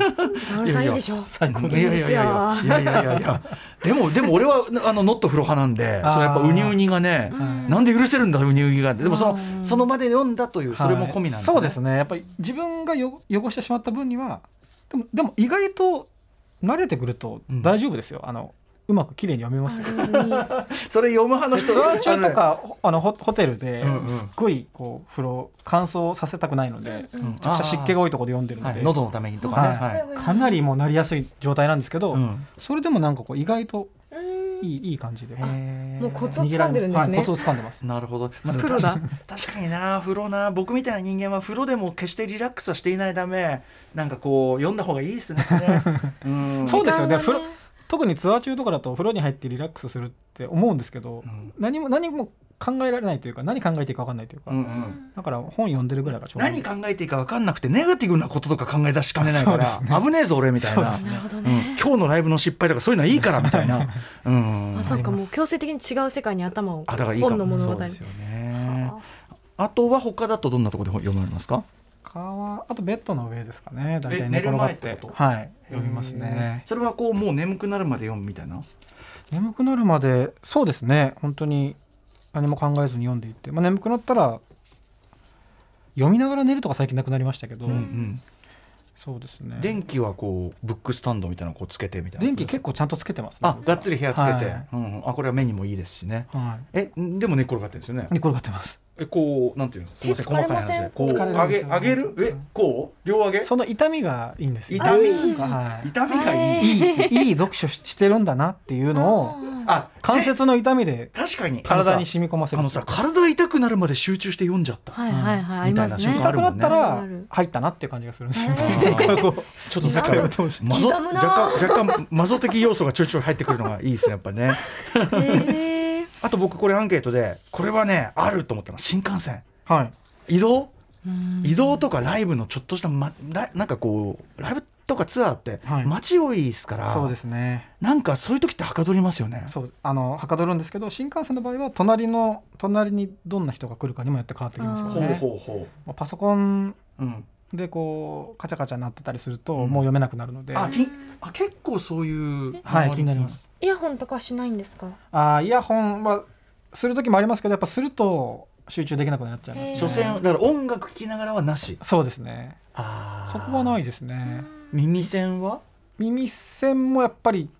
C: あ
B: いやいや
C: いいでしょ
D: 最高
B: い
D: で
B: や
D: す
B: いやいやいやいやいやいやいやでもでも俺はあのノット風呂派なんで
D: あー
B: それやっぱウニウニがね
C: うん
B: なんで許せるんだウニウニがでもそうの
C: ん
B: その場で読んだというそれも込みなんですね
D: はいそうですねやっぱり自分がよ汚してしまった分にはでもでも意外と慣れてくると大丈夫ですよ、あのうまく綺麗に読めますよ
B: それ読む派の人
D: ツアー中とかほあのホホテルで
B: うんうん
D: すっごいこう風呂乾燥させたくないので、めち
B: うん
D: ゃくちゃ湿気が多いところで読んでるの
B: は
D: で、
B: い喉のためにとかね
D: は
B: はい
D: かなりもうなりやすい状態なんですけど、
B: うん
D: それでもなんかこう意外と
C: うん
D: いいいい感じで
B: へー
C: もうコツを掴んでるんですね
D: はいコツを掴んでます
B: なるほど、まあ、でも
C: プロだ
B: 確かにな風呂な僕みたいな人間は風呂でも決してリラックスはしていないためなんかこう読んだ方がいいです (laughs) ねこれうん
D: そうですよね
C: 時間
D: 風
C: が
D: 呂特にツアー中とかだと風呂に入ってリラックスするって思うんですけど、
B: うん
D: 何も何も考えられないというか何考えていいか分かんないというか、
B: うんうん
D: だから本読んでるぐらいがちょうどいい
B: 何考えていいか分かんなくてネガティブなこととか考え出しかねないから、危ねえぞ俺みたいな、
C: なるほど
B: うん
C: ね、
B: 今日のライブの失敗とかそういうのはいいからみたいな、うん、
C: あそうか
D: ありま
C: も
D: す
C: う強制的に違う世界に頭を
B: あだからいいか
C: 本の物語
B: そうですよねあとは他だとどんなところで読まれますか
D: かはあとベッドの上ですかね大
B: え
D: 体寝転がって
B: 寝る前ってこと
D: はい読みますね
B: それはこうもう眠くなるまで読むみたいな
D: 眠くなるまでそうですね本当に何も考えずに読んでいって、まあ、眠くなったら読みながら寝るとか最近なくなりましたけど、
B: うんうん
D: そうですね
B: 電気はこうブックスタンドみたいなのこうつけてみたいな
D: 電気結構ちゃんとつけてますね
B: あがっつり部屋つけて、
D: はい
B: うんうんあこれは目にもいいですしね
D: はい
B: えでも寝っ転がってるんですよね
D: 寝転がってます
B: えこうなんていうのすみません
C: 手
B: 細
C: 疲
B: かい
C: れません
B: 話でこう
D: 疲れる
B: 上
D: んで
B: げ
D: すよね
B: 上げるえこう両上げ
D: その痛みがいいんですよ
B: 痛み
D: がはい
B: 痛みがいい、
C: はい
D: いいいい読書ししてるんだなっていうのを
B: あ
D: 関
B: で
D: 節の痛みで
B: 確かに
D: 体に
B: あ
D: 染み込ませる
B: のさあのさ体痛くなるまで集中して読んじゃった、
C: (laughs) はいはいはい、あり
B: みたい
C: ま
B: な
C: す
B: 瞬
C: ね
B: 間あ
D: 痛
B: る
D: く
B: も
D: なんっ
B: ね
D: た
C: あ
D: ら
C: る
D: 入ったなっていう感じがするんですよ
C: えー
B: なんかこうちょっとさっきから
D: 通して
B: マゾ
C: 刻むな
B: 若干若干マゾ的要素がちょいちょい入ってくるのがいいですねやっぱね
C: へえ
B: あと僕これアンケートでこれはねあると思ったのは新幹線
D: はい
B: 移動
C: うん
B: 移動とかライブのちょっとした、ま、ラなんかこうライブとかツアーって
D: はい
B: 街多いですから、
D: そうですね
B: なんかそういう時ってはかどりますよね
D: そうあのはかどるんですけど新幹線の場合は隣の隣にどんな人が来るかにもよって変わってきますよね
B: うほ
D: まあパソコン
B: う、うん、
D: でこうカチャカチャなってたりすると
B: うん
D: もう読めなくなるので、
B: あきあ結構そういう
D: はい気になります
C: イヤホンとかしないんですか
D: あーイヤホンはする時もありますけどやっぱすると集中できなくなっちゃいますね
C: へー
B: 所詮だから音楽聴きながらはなし
D: そうですね
B: あ
D: そこはないいですね
B: 耳栓は
D: 耳栓もやっぱり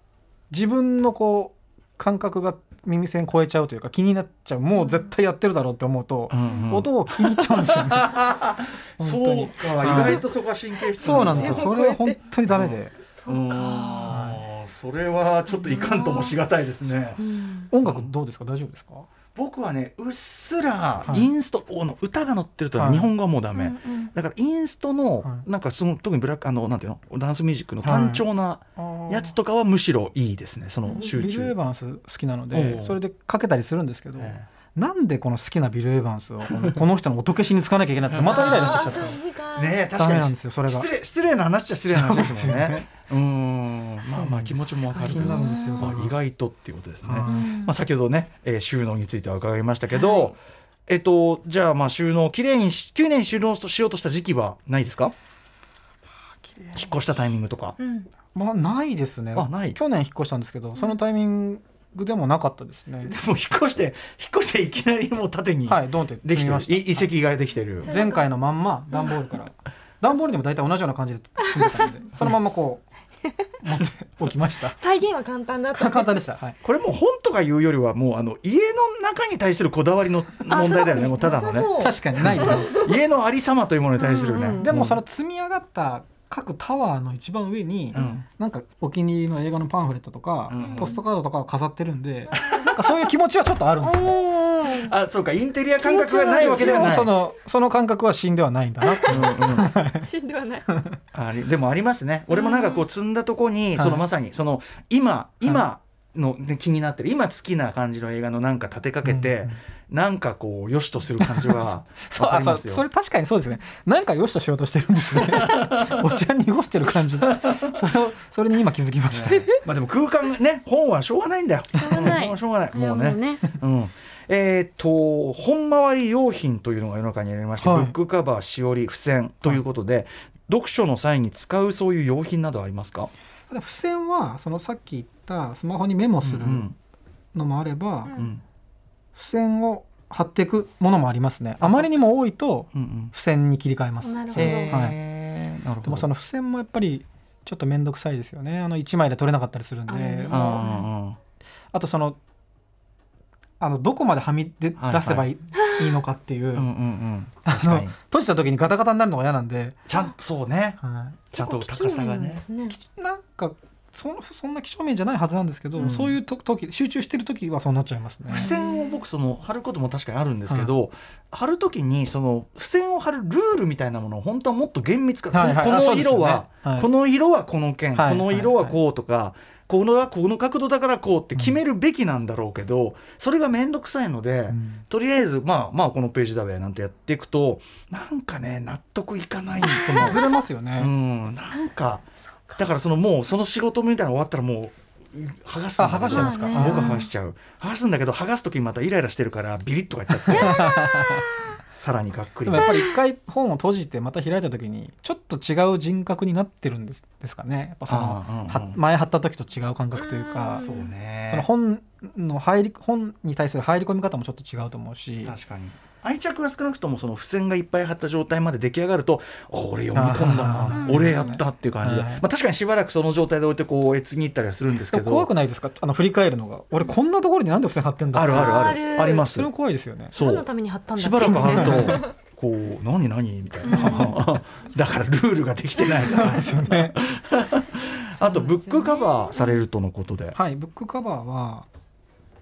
D: 自分のこう感覚が耳栓超えちゃうというか気になっちゃうもう絶対やってるだろうって思うと、
B: うんうん (laughs)
D: 音を気に入っちゃうんですよ、ね、本当
B: そう
D: に
B: か意外とそこは神経質
D: そうなんですよ
B: ね
D: (laughs) それは本当にダメで
B: うんそれはちょっといかんともしがたいですね
C: うん
D: 音楽どうですか大丈夫ですか
B: 僕はねうっすら
D: はい
B: インストおの歌が載ってると
D: はい
B: 日本語はもうダ
C: う
B: メ
C: んうん
B: だからインストの
D: はい
B: なんかその特にブラックあのなんていうのダンスミュージックの単調なやつとかはむしろいいですねその集
D: ビル・エ
B: 中
D: ヴァンス好きなの
B: おう
D: でそれでかけたりするんですけど、
B: え
D: なんでこの好きなビル・エヴァンスをこの (laughs) この人の音消しに使わなきゃいけないのかまたイライラしてきちゃっ
C: あーそう
B: え
C: か
B: ねえ
D: た
B: 確
D: ダ
B: か
D: メ
B: に
D: なんですよそれが
B: 失礼失礼な話じゃ失礼な話ですもん
D: (laughs) そうです
B: ね
D: ね
B: うん
D: そう
B: まあ
D: なんです
B: まあ気持ちもわかる
D: 気
B: け
D: に
B: ど
D: なるんですよそ
B: ま
D: れ
B: あ
D: が
B: 意外とっていうことですね
D: はい
C: うん
B: まあ、先ほどね、えー収納については伺いましたけど、えっと、じゃあまあ収納きれいにしきれいに収納しようとした時期はないですか引っ越したタイミングとか。 (laughs)
C: うん
D: まあないですね
B: あない
D: 去年引っ越したんですけどそのタイミングでもなかったですね
B: で、も引っ越して引っ越していきなりもう縦に
D: はいドンって
B: できて
D: 積み
B: る、
D: ま
B: い、
D: した
B: 遺跡ができてる。
D: 前回のまんま段ボー
B: (laughs)
D: ルから段ボールでも大体同じような感じで積んでたんでそのまんまこう持っておき
B: (laughs)
D: ました
C: 再現は簡単だった
D: 簡単でしたはい
B: これもう本とかいうよりはもうあの家の中に対するこだわりの問題だよねもうただのね
C: そう
D: 確かにないと思います
B: 家のありさまというものに対するね、
C: うんうん
D: でもそ
B: の、
D: の積み上がった各タワーの一番上に、
B: うん
D: なんかお気に入りの映画のパンフレットとか、
B: うん
D: ポストカードとかを飾ってるんで、なんかそういう気持ちはちょっとあるんです
B: (laughs)
D: よ。
C: おー
B: あそうかインテリア感覚がないわけではない
D: そのその感覚は死んではないんだなって。
B: うんうん
C: 死んではない。
B: ありでもありますね俺もなんかこう積んだとこに、
D: うん
B: その
D: はい
B: まさにその今今の、ね、気になってる今好きな感じの映画のなんか立てかけて、なんかこうよしとする感じは
D: (laughs) そう
B: わか
D: あ
B: り
D: そ
B: ま
D: う
B: すよ
D: それ確かにそうですねなんかよしとしようとしてるん
B: (laughs)
D: ですねお茶濁してる感じそれをそれに今気づきました、
B: ねまあでも空間ね本はしょうがないんだよ
C: しょうがない
B: 本はしょうがないもう
C: いや
B: ねうんえー、と本回り用品というのが世の中にありまして、
D: は
B: ブ
D: い
B: ックカバーしおり付箋ということで、読書の際に使うそういう用品などありますか、
D: ただ付箋はそのさっき言ったスマホにメモする
B: うん
D: のもあれば、
C: うん
B: うん
D: 付箋を貼っていくものもありますねあまりにも多いと
B: うんうん
D: 付箋に切り替えます
C: なるほど
B: えー
D: はい
B: なるほ
D: で
B: ど
D: もその付箋もやっぱりちょっと面倒くさいですよねあの1枚で取れなかったりするんで
C: あれね
D: あ
B: あ
D: とそのあのどこまではみ出
B: はいはい
D: 出せばいい,、い、のかっていう、
B: ーうんうんうん
D: あ
B: 確か
D: の
B: に
D: 閉じた時にガタガタになるのが嫌なんで、
B: ちゃんそうね
D: は
B: ちゃんと高さがね。
D: い、なんかそそんな几帳面じゃないはずなんですけど、
B: うん
D: そういうと時集中してる時はそうなっちゃいますね
B: 付箋を僕その貼ることも確かにあるんですけど、貼るときにその付箋を貼るルールみたいなものを本当はもっと厳密化、
D: はいはい
B: この
D: あ
B: こ
D: そ
B: の
D: うですよ
B: 色
D: ね
B: は、
D: はい
B: この色はこの剣、
D: はい
B: この色はこうとか、このはこの角度だからこうって決めるべきなんだろうけど、それが面倒くさいので、
D: うん
B: とりあえずまあまあこのページだべなんてやっていくとなんかね納得いかないその
D: ずれますよね、
B: うん、なんかだからそのもうその仕事みたいなの終わったらもう剥がすんだけど
D: あ剥がしちゃいますか、
C: まあね
B: 僕は剥がしちゃう剥がすんだけど剥がす時にまたイライラしてるからビリッとかいっちゃってさらにがっく
D: で
B: り
D: もやっぱり一回本を閉じてまた開いた時にちょっと違う人格になってるんですですかねやっぱその
B: あーうんうん
D: は前貼った時と違う感覚という
C: あ
D: か
B: そうね
D: その本の入り本に対する入り込み方もちょっと違うと思うし
B: 確かに愛着が少なくともその付箋がいっぱい貼った状態まで出来上がるとあ俺読み込んだ
D: あ
B: な
C: ー
B: 俺やったっていう感じで、
D: うん
B: まあ、確かにしばらくその状態で置いてこう越に行ったりはするんです
D: で
B: け
D: も
B: ど
D: 怖くないですかあの振り返るのが俺こんなところになんで付箋貼ってんだ
B: あるあるあ
C: あ
B: る
C: る
B: あります
D: それも怖いですよね
B: そ
C: 何
B: う
C: のために貼ったんだ
B: し
C: っけ
B: ばらく貼る
C: (laughs)
B: とこう何何みたいなだからルールができてないから
D: です
C: (laughs)
D: よね
B: あとブックカバーされるとのことで
D: はいブックカバーは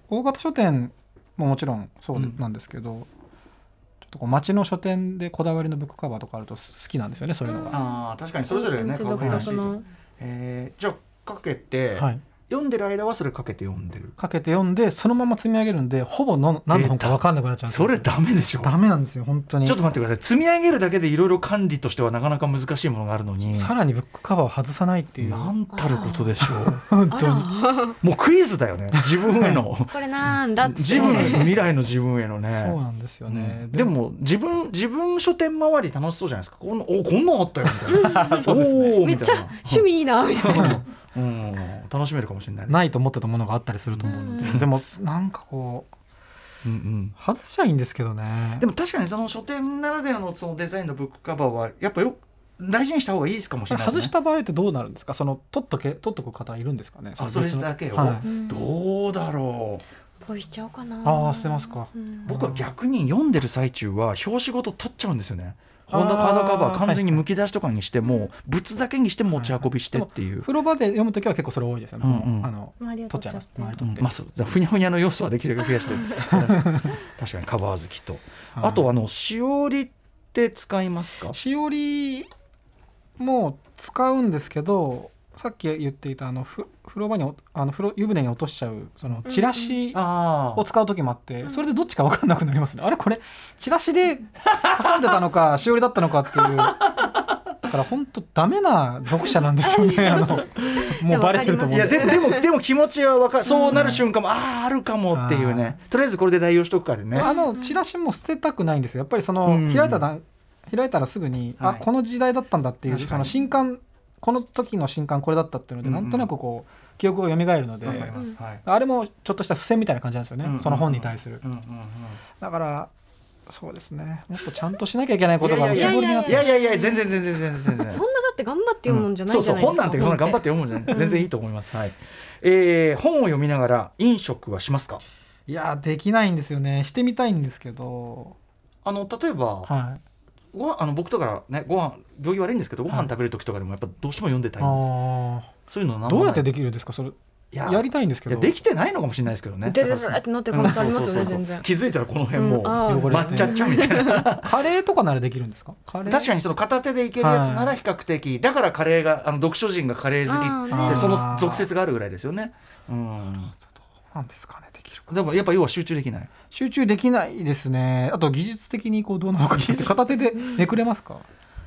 D: 大型書店ももちろんそうなんですけど、ちょっとこう街の書店でこだわりのブックカバーとかあると好きなんですよねそういうのが、
B: あー確かにそれぞれね
C: 独
B: 可愛らしい
C: 特の
B: えーじゃあかけて、
D: はい
B: 読んでる間はそれかけて読んでる
D: かけて読んでそのまま積み上げるんでほぼの何の本か分かんなくなっちゃうんです
B: そ
D: よ
B: れダメでしょ
D: ダメなんですよ本当に
B: ちょっと待ってください積み上げるだけでいろいろ管理としてはなかなか難しいものがあるのに
D: さらにブックカバーを外さないっていう
B: な
D: 本
B: んたることでしょう
D: 当
C: あ
D: に
C: ら
B: もうクイズだよね自分への
C: これなん (laughs) だっつって
B: 自分未来の自分へのね
D: そうなんですよね、
B: うんでも自分自分書店周り楽しそうじゃないですかこんなおこんなんあったよみたいな
D: (laughs) そうですね
B: おー
C: め
B: み
C: った
B: い
C: ちゃ
B: な
C: 趣味いいなみたいな。
B: うんうん楽しめるかもしれないね、
D: ないと思ってたものがあったりすると思うので、
B: うん
D: でもなんかこう
B: うんうん
D: 外しちゃいいんですけどね
B: でも確かにその書店ならではのそのデザインのブックカバーはやっぱよ大事にした方がいいですかもしれないです、ね、
D: 外した場合ってどうなるんですかその取っとけ取っとく方いるんですかね
B: あ
D: の
B: それ
D: 別の
B: だけを
D: はい
B: どうだろう
C: ポイしちゃおうかな
D: ああ捨てますか
C: うん
B: 僕は逆に読んでる最中は表紙ごと取っちゃうんですよねホンダカードカバ
D: あ
B: ー
D: ー
B: 完全にむき出しとかにしてもぶつだけにして持ち運びしてっていう、
D: 風呂場で読むときは結構それ多いですよね、
B: うんうん
D: あの
C: 周りを
D: 取
C: 取
D: っ
C: っ
D: ち
C: ち
D: ゃい
C: ゃっ
D: ます
C: て
D: 周り取って
B: まあそうだふにゃふにゃの要素はできるだけ増や
C: (laughs)
B: して (laughs) 確かにカバー好きとあとあのしおりって使いますか
D: しおりも使うんですけどさっき言っていたあのふ風呂場におあの風呂湯船に落としちゃうそのチラシ
B: あ
D: を使う時もあって、
C: うん
D: それでどっちか分かんなくなりますね、あれこれチラシで挟んでたのかしおりだったのかっていうだから本当ダメな読者なんですよねあのもうバレてると
B: い
D: 思うん
B: や
D: です
B: で
D: け
B: も
D: ど
B: でもでも気持ちはわかるそうなる瞬間も、あああるかもっていうねとりあえずこれで代用しとくからね
D: あのチラシも捨てたくないんですよやっぱりその、
B: うん
D: 開いただ開いたらすぐに、
B: はい
D: あこの時代だったんだっていう
B: 確か
D: そ
B: に
D: の新刊この時の新刊これだったっていうので、
B: うんうん
D: なんとなくこう記憶が蘇るので、
B: わかりますはい
D: あれもちょっとした付箋みたいな感じなんですよね、
B: うん
D: その本に対する、
B: うんうんうん
D: だからそうですねもっとちゃんとしなきゃいけないことが浮
B: い
D: き
B: や
D: 彫
B: い
D: りにな
B: や
D: っ
B: い
D: て
B: やいやいや全然全然全然全然
C: そんなだって頑張って読むんじゃない
B: そう
C: じゃ
B: そう
C: ないですか、
B: 本なんて頑張って読むんじゃない全然いいと思いますはい、えー、本を読みながら飲食はしますか
D: いやできないんですよねしてみたいんですけど、
B: あの例えば、
D: はい、
B: ご飯あの僕とかねご飯行儀悪いんですけどご
D: は
B: 飯
D: い
B: 食べる時とかでもやっぱどうしても読んでたいんです
D: あ
B: そういうのなん
D: ー
B: も
D: どう
B: な
D: や
B: い
D: ってできるんですかそれ
B: いや
D: やりたいんですけ
B: いや
D: ど
B: できてないのかもしれないですけどね
C: でででってなってる可能性ありますよ
B: うんそう
C: ね
B: そうそうそう
C: 全然
B: 気づいたらこの辺もう
C: うんあー
D: 汚れて
B: 抹茶っちゃうみたいな
D: カレーとかならできるんですかカレー
B: 確かにその片手でいけるやつなら比較的だからカレーがあの読書人がカレー好き
C: あー
B: って
C: ね
B: その俗説があるぐらいですよねうん
D: なんですかねできるか
B: でもやっぱ要は集中できない
D: 集中できないですねあと技術的にこうどうなのかって片手でめくれますか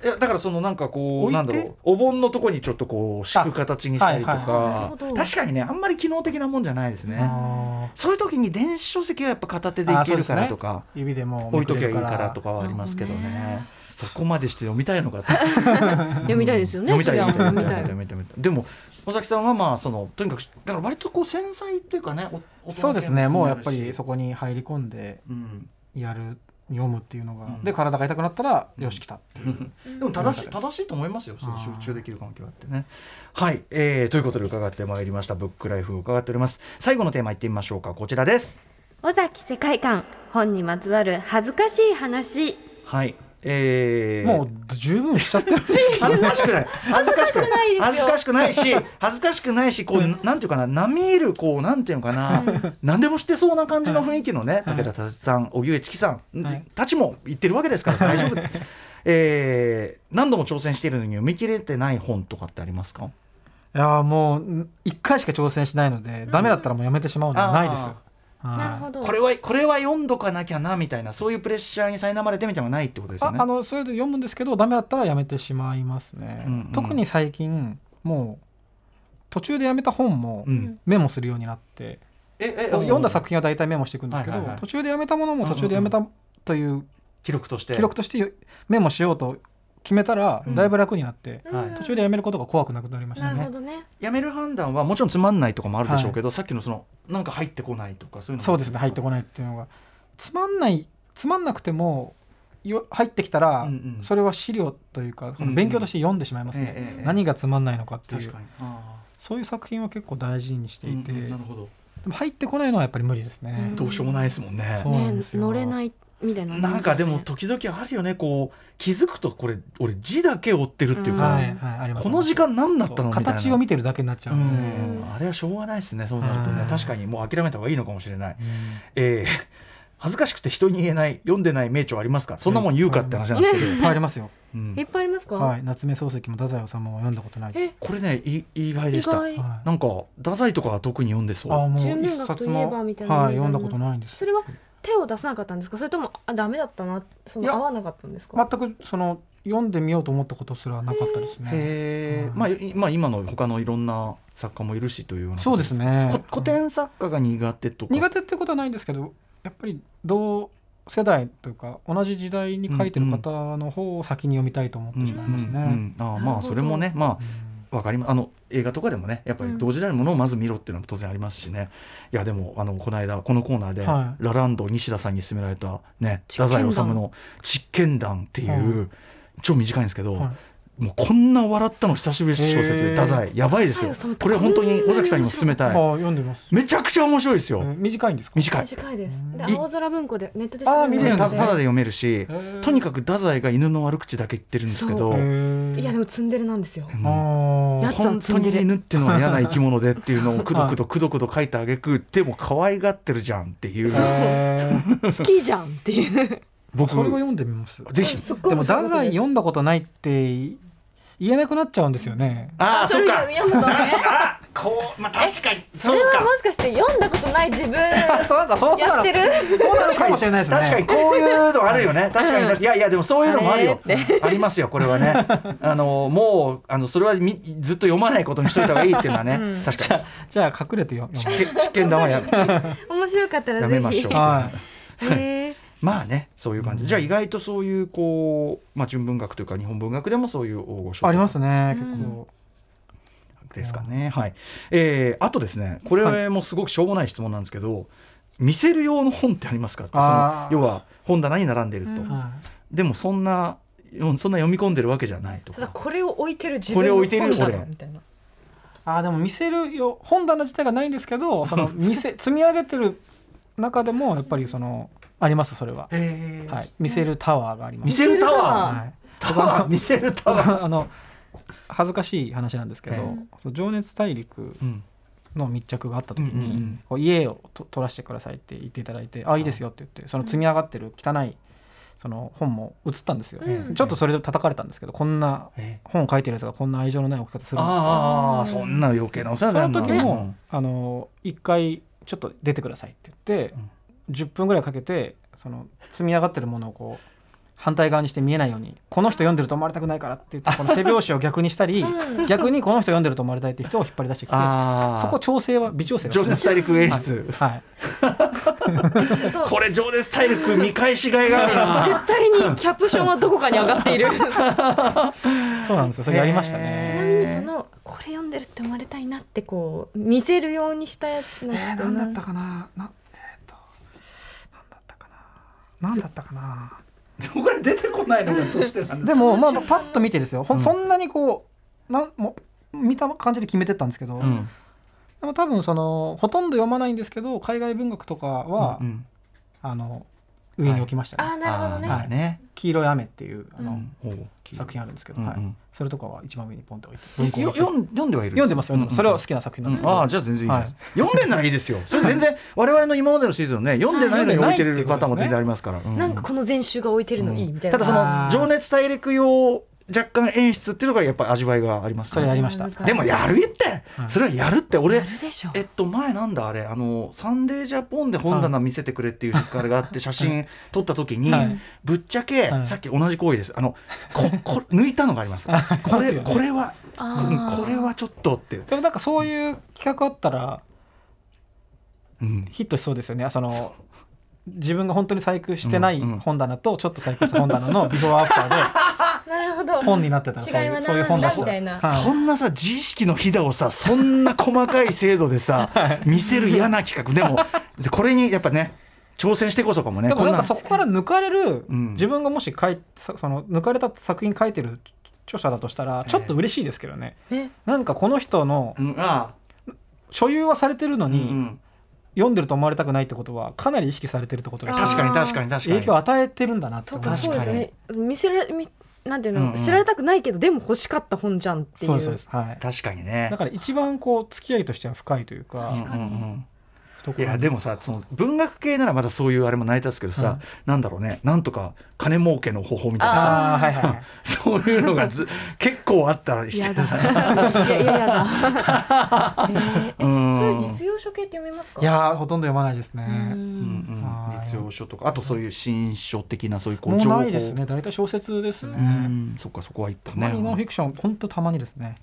B: いやだからそのなんかこ
D: 置いうて
B: なんだろうお盆のとこにちょっとこう敷く形にしたりと
D: あはい
C: はいはいなる
B: か
C: ほど
B: 確かにねあんまり機能的なもんじゃないですね
D: あ
B: そういう時に電子書籍はやっぱ片手でいけるからとか、
D: ー指でも
B: 置
D: うめ
B: い
D: く
B: ときゃ
D: れ
B: いい
D: る
B: からとかはありますけどね
C: なるほどね
B: そこまでして読みたいの
D: (laughs)
B: かって
C: 読みたいですよね
B: 読みたい
C: そりゃ
B: 読みたい
C: 読
B: 読みたい読みたい読みたいでも尾崎さんはまあそのとにかくだから割とこう繊細というかねお
D: そうですねもうやっぱりそこに入り込んで
B: うん、
D: やる読むっていうのが、
B: うん
D: で体が痛くなったら、
B: うん
D: よし来たっていう
B: でも正しい正しいと思いますよ。その
D: あ
B: 集
D: ー
B: 中できる環境あってね。はい、えー、ということで伺ってまいりましたブックライフを伺っております。最後のテーマいってみましょうか。こちらです。
C: 尾崎世界観本にまつわる恥ずかしい話
B: はい、えー、
D: (laughs) もう十分しち
B: (laughs)
D: ゃってるんですけど
B: 恥ずかしくない恥ずかしくない恥
C: 恥
B: ず
C: ず
B: か
C: か
B: しくないし恥ずかしくないしこうなんていうかな並みいるこうなんていうのかな何でもしてそうな感じの雰囲気のね
D: はい
B: 武田達さん荻上知己さん
D: はい
B: たちも言ってるわけですから大丈夫えー何度も挑戦しているのに読み切れてない本とかってありますか
D: いやーもうん一回しか挑戦しないので、ダメだったらもうやめてしまうのはないですよ。はい
C: なるほど
B: これはこれは読んどかなきゃなみたいなそういうプレッシャーに苛まれてみたいなのがないってことですよ
D: あ
B: ね
D: あ。のそれで読むんですけどダメだったらやめてしまいますね、
B: うんうん
D: 特に最近もう途中でやめた本も
B: うん
D: メモするようになって、
B: ええ
D: 読んだ作品は大体メモしていくんですけど、
B: はいはいはい
D: 途中でやめたものも途中でやめたという
B: 記録として
D: 記録としてメモしようと決めたら
B: うん
D: だいぶ楽になって、
B: はい
C: うん
D: 途中でやめることが怖くなくなりまし
C: な
D: た
C: るほ
D: ね。
C: どね
B: やめる判断はもちろんつまんないとかもあるでしょうけど、さっきのそのなんか入ってこないとかそういうのも
D: そうですね入ってこないっていうのがつまんないつまんなくてもよ入ってきたら、
B: うんうん
D: それは資料というか
B: うんうん
D: 勉強として読んでしまいますね、
B: ええええ
D: 何がつまんないのかっていう
B: 確かにあ
D: そういう作品は結構大事にし
B: あ
D: ていて、
B: うんうん
D: で
B: なるほど
D: も入ってこないのはやっぱり無理ですね。
C: うん
B: どうしようもないですもんね
D: そうなんですよ
C: ね乗れないみたいなのありますよね、
B: なんかでも時々あるよねこう気づくとこれ俺字だけ追ってるっていうか、
D: はいはいあります
B: この時間何だったの
D: そう
B: みたいな
D: 形を見てるだけになっちゃう
B: うん
D: で、
B: んあれはしょうがないですねそうなるとね
D: はい
B: 確かにもう諦めた方がいいのかもしれない、
D: うん
B: えー恥ずかしくて人に言えない読んでない名著ありますかそんなもん言うかって話なんですけど、
D: いっぱいありますよ。
B: うん
C: いっぱいありますか、
D: はい、夏目漱石も太宰治も読んだことないで
C: え
D: す。
B: これねい意外で
C: 意
B: した
C: 外
D: はい
B: なんか太宰とかは特に読んでそう
D: あも
C: 純文
D: 一
C: 学と
D: 冊
C: いえば
D: も
C: みたいな
D: はい
C: イメージ
D: 読んだことないんです
C: そ。れは手を出さなかったんですかそれともあダメだったなそ
D: いや
C: の合わなかったんですか、
D: 全くその読んでみようと思ったことすらなかったですね。
B: へえ
D: うん
B: まあ、いまあ今の他のいろんな作家もいるしというような
D: そうですね
B: こ。古典作家が苦手とか
D: 苦手ってことはないんですけど、やっぱり同世代というか同じ時代に書いてる方の方を先に読みたいと思ってしまいま
B: う
D: す
B: んうん
D: ね。
B: うんああ
C: なるほ
B: まあ
C: ど
B: それもねま
D: うん
B: あわかりますあの映画とかでもねやっぱり同時代のものをまず見ろっていうのも当然ありますしね、いやでもあのこの間このコーナーで、
D: は
B: ラランド西田さんに勧められたね
C: 実
B: 太
C: 験
B: 宰
C: 談
B: 治の「実験談」っていう、超短いんですけど、
D: はい
B: もうこんな笑ったの久しぶりです小説
D: へ
B: で
D: ー
B: 太宰やばいですよ
C: 太宰治って
B: これ本当に尾崎さんにも勧め
D: あ
B: たい
D: 読んでます、
B: めちゃくちゃ面白いです
D: え
B: よ
D: ー短いんですか
B: 短い
C: 短いです。で、
B: い
C: 青空文庫でネットで
D: あー見れるん
B: たただです
D: でね
B: 読めるし
D: へー
B: とにかく太宰が犬の悪口だけ言ってるんですけど
C: そ
D: へ
B: うん
D: ー
C: いやでもツンデレなんですよ。
D: あー
C: や
B: 本当に犬ってのは嫌な生き物でっていうのをく
D: (laughs)
B: どくどくどくど書いてあげくでも可愛がってるじゃんっていう
C: そう
D: へ
B: (laughs)
D: ー
C: 好きじゃんっていう。
B: 僕
D: それを読んでみます
B: ぜひ
C: すっごい
D: でも
C: 面白かった
D: 太宰
C: です
D: 読んだことないって言えなくなっちゃうんですよね
B: ああそっか
C: れ読むとね。
B: こうまあ確かに
C: それはもしかして読んだことない
B: (laughs)
C: 自分
D: そうなんかそう
C: や
D: な
C: っ
D: の
C: てる。
D: そうなのかもしれないですね
B: 確かにこういうのあるよね確かに確かにいやいやでもそういうのもあるよ
C: あれっ
B: ありますよこれ
D: (laughs)
B: はねあのもうあのそれはみずっと読まないことにしといた方がいいっていうのはね、
C: うん
B: 確かに
D: (laughs) じゃあ隠れてよ読む
B: け執権玉や
C: (laughs) 面白かったら
B: や
C: ぜ
B: めまし
C: ひ
B: ょう。
D: はい
C: へー
B: まあねそういう感じじゃあ意外とそういうこう、まあ、純文学というか日本文学でもそういう大御所
D: ありますね
C: うん
D: 結構
B: ですかね、はいえーあとですねこれもすごくしょうもない質問なんですけど、見せる用の本ってありますかってその
D: あー
B: 要は本棚に並んでると、
C: うん
D: は
B: でもそんなよそんな読み込んでるわけじゃないと
C: ただ
B: か
C: これを置いてる自
B: こ
C: 分
B: れ
C: の
B: を置いてる
C: 本棚
B: 俺
C: みたいな。
D: いあーでも見せるよ本棚自体がないんですけ
B: (laughs)
D: どその見せ積み上げてる中でもやっぱりそのありますそれは
B: へー
D: はい見せるタワーがありま
B: 見
D: す
B: せるタ
C: タ
B: ワー
D: はい
B: タワー (laughs) 見せるタワー、
D: (laughs) あの恥ずかしい話なんですけど
B: え
D: 「そう情熱大陸
B: う」ん
D: の密着があった時に、
B: うんうんうん
D: こう家をと取らせてくださいって言っていただいて「あいいですよ」って言ってその積み上がってる汚いその本も映ったんですよ、
C: うん
D: ちょっとそれで叩かれたんですけどこんな
B: え
D: 本を書いてるやつがこんな愛情のない置き方するんだ
B: ああそんな余計なお世話
D: そ
B: になるな
D: の時も「あの一回ちょっと出てください」って言って、
B: うん
D: 10分ぐらいかけてその積み上がってるものをこう反対側にして見えないようにこの人読んでると思われたくないからって言ってこの背表紙を逆にしたり
C: うん
D: 逆にこの人読んでると思われたいって人を引っ張り出してきて
B: ああ
D: そこ調整は微調整はし
B: 情
D: てま
B: 熱
D: す
B: 大陸演出、
D: はい、
C: そ
B: (laughs)
C: う
B: これ情熱大陸見返しがいがある (laughs) な
C: 絶対にキャプションはどこかに上がって
B: (laughs)
C: いるち
D: そうなんですよそれやりましたね、
C: なみにそのこれ読んでるって思われたいなってこう見せるようにしたやつなんて
D: なん
C: な
D: だったかななえっとなんだったかななんだったかな
B: そこから出てこないのがどうしてなんです
D: で
B: か
D: もまあパッと見てですよ、ほ、
B: うんん
D: そんなにこうなんもう見た感じで決めてったんですけど、
B: うん
D: でも多分そのほとんど読まないんですけど海外文学とかは、
B: うんうん
D: あの上に置きましたね、
C: あーなるほどね
B: あーね
D: 黄色い雨」っていうあの、
C: う
B: お
C: ん
B: う
D: 作品あるんですけど、
B: うんうん
D: はい、それとかは一番上にポンと置いて文庫
B: よ読ん読んではいる
D: 読んでます読んでます、それは好
B: き
D: きな作品
B: な
D: なんん
B: でか、
D: ですすけど、
B: ああーじゃあ全然いいです、読んでんならいいですよそれ (laughs) 全然我々の今までのシーズンね読んでないのに置いてるパターンも全然ありますから、うん
C: なんかこの全集が置いてるのいいみたい
B: た
C: な
B: だそ
D: あ
B: の
D: ー
B: 情熱大陸用若干演出っていうのがやっぱり味わいがあります
D: それやりまし
C: な
D: た
C: んか
B: でもやるって、
D: はい
B: それはやるって俺
C: あるでしょ
B: えっと前なんだあれあのサンデージャポンで本棚見せてくれっていう時間があって写真撮った時に、
D: はい
B: ぶっちゃけ、
D: はい
B: さっき同じ行為ですあの
D: (laughs)
B: ここ抜いたのがありますこ
D: ます
B: れ
D: よね
B: これは
C: あー
B: うんこれはちょっとって、
D: でもなんかそういう企画あったら
B: うん
D: ヒットしそうですよねその自分が本当に細工してない
B: うんうん
D: 本棚とちょっと細工した本棚のビフォーアフター
C: なるほど
D: で本になってたらそう
C: 違い
D: い
C: は
D: う
C: な
D: そういう本だ
C: な
D: った
C: みたいな
D: はい
B: そんなさ自意識のひだをさそんな細かい精度で
D: (laughs)
B: さ、見せる嫌な企画でもこれにやっぱね挑戦してこそかもね
D: でもなんか
B: こ
D: そこから抜かれる、
B: うん
D: 自分がもし書いそその抜かれた作品書いてる著者だとしたらちょっと嬉しいですけどね、
C: え
D: なんかこの人の
B: うんあ
D: 所有はされてるの
B: あ、
D: に、
B: うん
D: 読んでると思われたくないってことはかなり意識されてるってこと
B: う
D: で
B: ん
D: す
C: あー
B: 確かに確かに確か
D: 影
B: に
D: 響を与えてるんだなって思いま
B: 確
D: す
C: そう
B: か
C: で
B: に
C: すね見せられみなんていうの、
B: うんうん
C: 知られたくないけどでも欲しかった本じゃんっていう
D: そうですそうですはい
B: 確かにね
D: だから一番こう付き合いとしては深いというか
C: 確
B: うんう
C: かに
B: んうんい
D: 懐
B: やでもさその文学系ならまだそういうあれも成り立つけどさ、
D: うん
B: なんだろうねなんとか金儲けの方法みたいなさ
D: ああはいはいはい
B: (laughs) そういうのがず結構あったりして
C: やだ
B: (laughs)
C: いやいややだ、えーえ
B: うん
C: そういう実用書系って読みますか
D: いやーほとんど読まないです
C: う
D: ね
B: うん
C: ん (laughs)
B: うん
D: はい
B: 実用書とかあとそういう新書的なそういうこ
D: も
B: う
D: う
B: 情報
D: ないですね大体小説です
B: う
D: ね
B: んそっかそこは一歩
D: たまにノンフ
B: ね
D: ィクションほんとたまにですね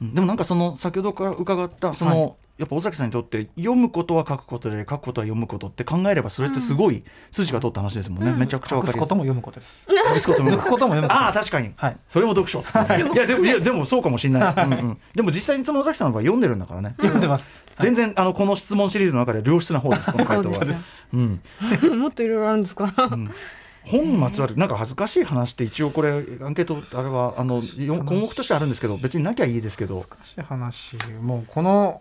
B: うんでもなんかその先ほどから伺ったその、やっぱ尾崎さんにとって読むことは書くことで書くことは読むことって考えればそれってすごい筋が通った話ですもんね、
C: うん
B: めちゃくちゃ
D: 隠
B: 分かり
D: すこ
B: やす
D: と
B: い
D: も読むことです
B: 隠すこと
D: 抜くことも読むこと
B: ああ
D: です
B: 確かに
D: はい
B: それも読書いやでもいやでもそうかもしれない、 (laughs) うんうんでも実際にその尾崎さんの場合 (laughs) 読んでるんだからね、
D: 読んでます
B: 全然あのこの質 (laughs) 問シリーズの中で良質な方ですこの回答は
C: そうです
B: うん
C: もっといろいろあるんですか
B: うん本まつわるなんか恥ずかしい話って一応これアンケートあれはあのよ項目としてあるんですけど別になきゃいいですけど
D: 難しい話もうこの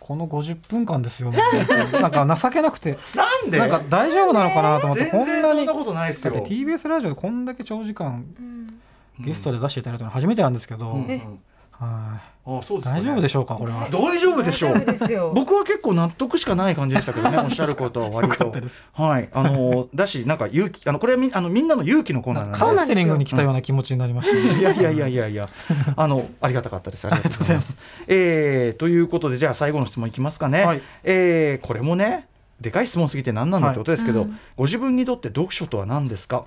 D: この50分間です
B: (laughs)
D: よ、もうなんか情けなくて
B: なんで
D: なんか大丈夫なのかなと思って
B: 全然そんな
D: だ
B: ことないです
D: っ
B: よ
D: て TBS ラジオでこんだけ長時間
C: うん
D: ゲストで出していただいたの初めてなんですけど、
B: うんうん
C: え
D: は
B: あそう
D: い
B: ですか
D: 大
B: ね
D: 丈夫でしょうかこれは。
B: 大丈夫でしょ
C: 大
B: う
C: 丈夫ですよ
B: 僕は結構納得しかない感じでしたけ (laughs) どね、おっしゃることは割
D: よか
B: と
D: ったで。
B: はい、あの、だし、なんか勇気、あの、これはみん、あの、みんなの勇気のコーナーなんで。
D: カウンセリングに来たような気持ちになりました、
B: いやいやいやいやい (laughs) や、あの、ありがたかったです。ありがとうございます。えーということで、じゃあ、最後の質問いきますかね。
D: はい
B: えーこれもね、でかい質問すぎて、何なんだってことですけど、
C: はいうん
B: ご自分にとって読書とは何ですか。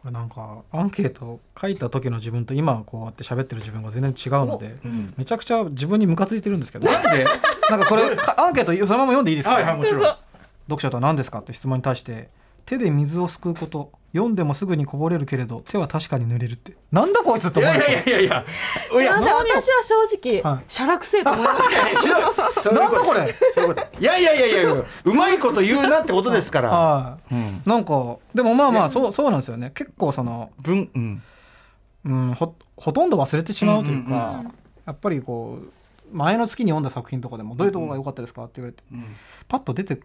D: これなんかアンケート書いた時の自分と今こうやって喋ってる自分が全然違うので
B: うん
D: めちゃくちゃ自分にムカついてるんですけど
B: なんで。
D: なんかこれかアンケートそのまま読んでいいですか、
B: はい、はい、もちろん。
D: 読書とは何ですかって質問に対して手で水をすくうこと読んでもすぐにこぼれるけれど手は確かに濡れるってなんだこいつって
B: い
D: 思う
B: や
D: ん
B: い
D: ですよ
B: やいやいや。い
C: すい
B: や
C: ません私は正直、
D: はい
C: しゃらくせえと思いました
B: いやひどいそういう
D: なん
B: こ
D: だ
B: と
D: これ
B: そういうこと。いやいやいやいや、うまいこと言うなってことですから。
D: は
B: うん。
D: いなんかでもまあまあそうそうなんですよね結構その、
B: 文、うん。
D: うん、ほほとんど忘れてしまうという
B: う
D: か、
B: んうんうん
D: やっぱりこう前の月に読んだ作品とかでもどういうところが良かったですかって言われてパッと出て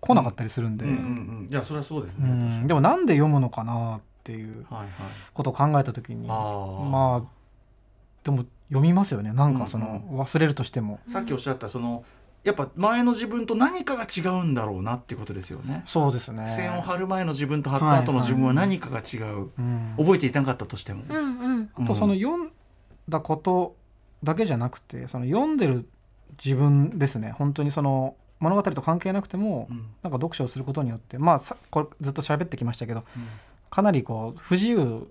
D: こなかったりするんで、
B: うんうんうん、いやそれはそうです
D: う
B: ね。
D: ん
B: 確かに
D: でもなんで読むのかなっていう
B: はいはい。
D: ことを考えた時に
B: ああ
D: まあでも読みますよねなんかその、
B: う
D: 忘れるとしても
B: さっきおっしゃったそのやっぱ前の自分と何かが違うんだろうなっていうことですよね。
D: そうですね
B: 付箋を貼る前の自分と貼った後の自分は何かが違う。
D: うん
B: 覚えていなかったとしても。
C: (laughs) うんうん
D: あとその読んだことだけじゃなくてその読んでる自分ですね本当にその物語と関係なくても、
B: うん
D: なんか読書をすることによってまあさこれずっと喋ってきましたけど
B: うん
D: かなりこう不自由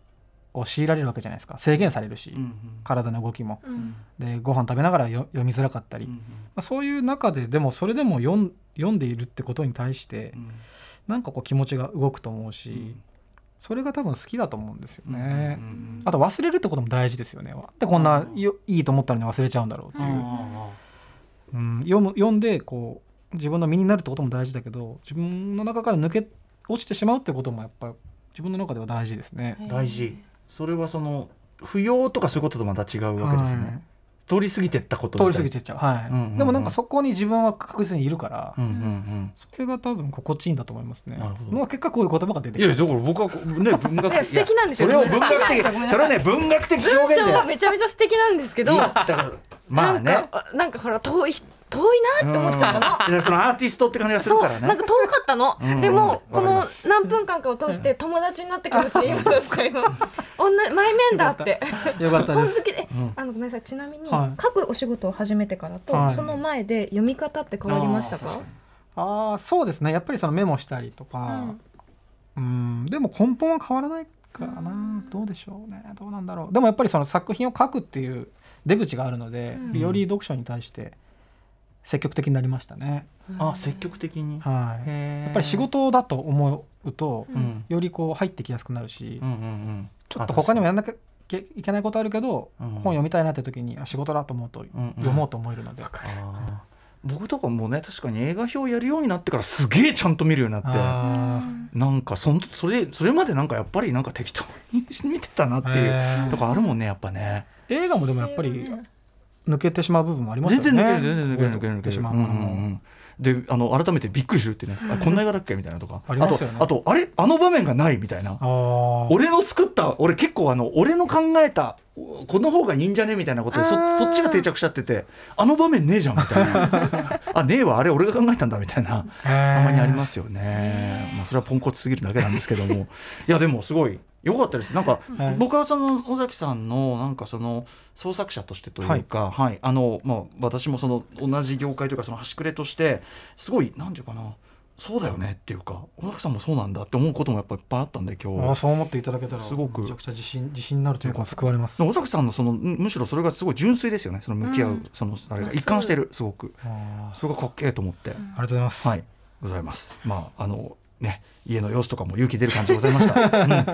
D: を強いられるわけじゃないですか制限されるし、
B: うんうん
D: 体の動きも
C: う
B: うん
C: ん
D: でご飯食べながらよ読みづらかったり、
B: う
D: ま
B: ん
D: あ、そういう中ででもそれでも読ん読んでいるってことに対して、
B: うん
D: なんかこう気持ちが動くと思うし、
B: うん
D: それが多分好きだと思うんですよね、
B: うんうんうん
D: あと忘れるってことも大事ですよねなんでこんなよいいと思ったのに忘れちゃうんだろうっていう、
B: あ
D: うん読む読んでこう自分の身になるってことも大事だけど自分の中から抜け落ちてしまうってこともやっぱり自分の中では大事ですね。
B: あ大事。それはその不要とかそういうこととまた違うわけです
D: は
B: ね
D: い。
B: 通り過ぎてったこと
D: 通り
B: 自
D: 過
B: 体
D: ぎてっちゃう、はい
B: うんうんうん
D: でもなんかそこに自分は確実にいるから、
B: うんうん
D: それが多分心地いいんだと思いますね。
B: なるほど
D: まあ結果こういう言葉が出て
B: うん。い
D: く
B: やだ
D: る
B: から僕はこうね文学
C: いや
B: 的
C: 素敵なんですよ
B: いやそれを文学
C: ごめんなさい
B: 的それはね文学的表
C: 文
B: 現
C: 章
B: で
C: はめちゃめちゃ素敵なんですけど
B: いやだからまあね
C: なんかなんかほら遠い遠いなって思っちゃったの
B: うんいやそのアーティストって感じがする
C: そう、
B: から
C: な
B: ね
C: んか遠かったの
B: うん。
C: でも、
B: わ
C: こ
B: かりま
C: の
B: す
C: 何分間かを通して、友達になってくるうちに、そうですか、今。女、前面だって。
D: よかった
C: 本
D: で
C: 好
D: す。
C: きで、え
B: うん
C: あの、ごめんなさい、ちなみに、
D: はい
C: 書くお仕事を始めてからと、
D: はい
C: その前で読み方って変わりましたか。
D: ああそうですねやっぱりそのメモしたりと
C: う
D: か、
C: ん
D: うんでも根本は変わらないからな、どうでしょうねどうなんだろうでもやっぱりその作品を書くっていう出口があるので、
C: うん
D: より読書に対して積極的になりましたね、
B: あ積極的に
D: はいや
B: や
D: っぱり仕事だと思うと、
B: うんうん
D: よりこう入ってきやすくなるし、
B: うんうん
D: ちょっと他にもやんなきゃいけないことあるけど、
B: うん
D: 本読みたいなって時にあ仕事だと思うと
B: うんうん
D: 読もうと思えるので、
B: あー僕とかもね確かに映画表やるようになってからすげえちゃんと見るようになって
D: あ
B: なんかそんそれそれまでなんかやっぱりなんか適当に見てたなって
D: ー
B: いう
D: へー
B: とかあるもんねやっぱね
D: 映画もでもやっぱり抜けてしまう部分もありますよ
B: 全
D: ね
B: 然抜ける全然抜ける抜ける抜
D: 抜
B: ける
D: けてしまう
B: う
D: も
B: ん
D: のも、
B: うんうんであの改めてびっくりするってねあこんな映画だっけみたいなとか
D: (laughs) ありますよね
B: あとあとあれあの場面がないみたいな
D: あー
B: 俺の作った俺結構あの俺の考えたおこの方がいいんじゃねみたいなことでそ
C: あー
B: そっちが定着しちゃっててあの場面ねえじゃんみたい
D: (laughs)
B: なあねえわあれ俺が考えたんだみたいなた
D: た
B: まにありますよね、まあ、それはポンコツすぎるだけなんですけど
D: (laughs)
B: もいやでもすごい良かったですなんか、
D: はい
B: 僕はその尾崎さんのなんかその創作者としてというか、はいあのまあ、私もその同じ業界というかその端くれとしてすごい何ていうかなそうだよねっていうか尾崎さんもそうなんだって思うこともやっぱいっぱいあったんで今日
D: あ。ーそう思っていただけたら
B: すごく
D: めちゃくちゃ自信自信になるというか救われます
B: 尾崎さんのそのむむしろそれがすごい純粋ですよねその向き合う、
C: うん
B: そのあれ
C: ま
B: が
C: あ
B: 一貫してるすごく
D: あーあ
B: それがかっけえと思って、
D: りがとうございます、
B: はい (laughs) ございますまああのね家の様子とかも勇気出る感じでございました、うん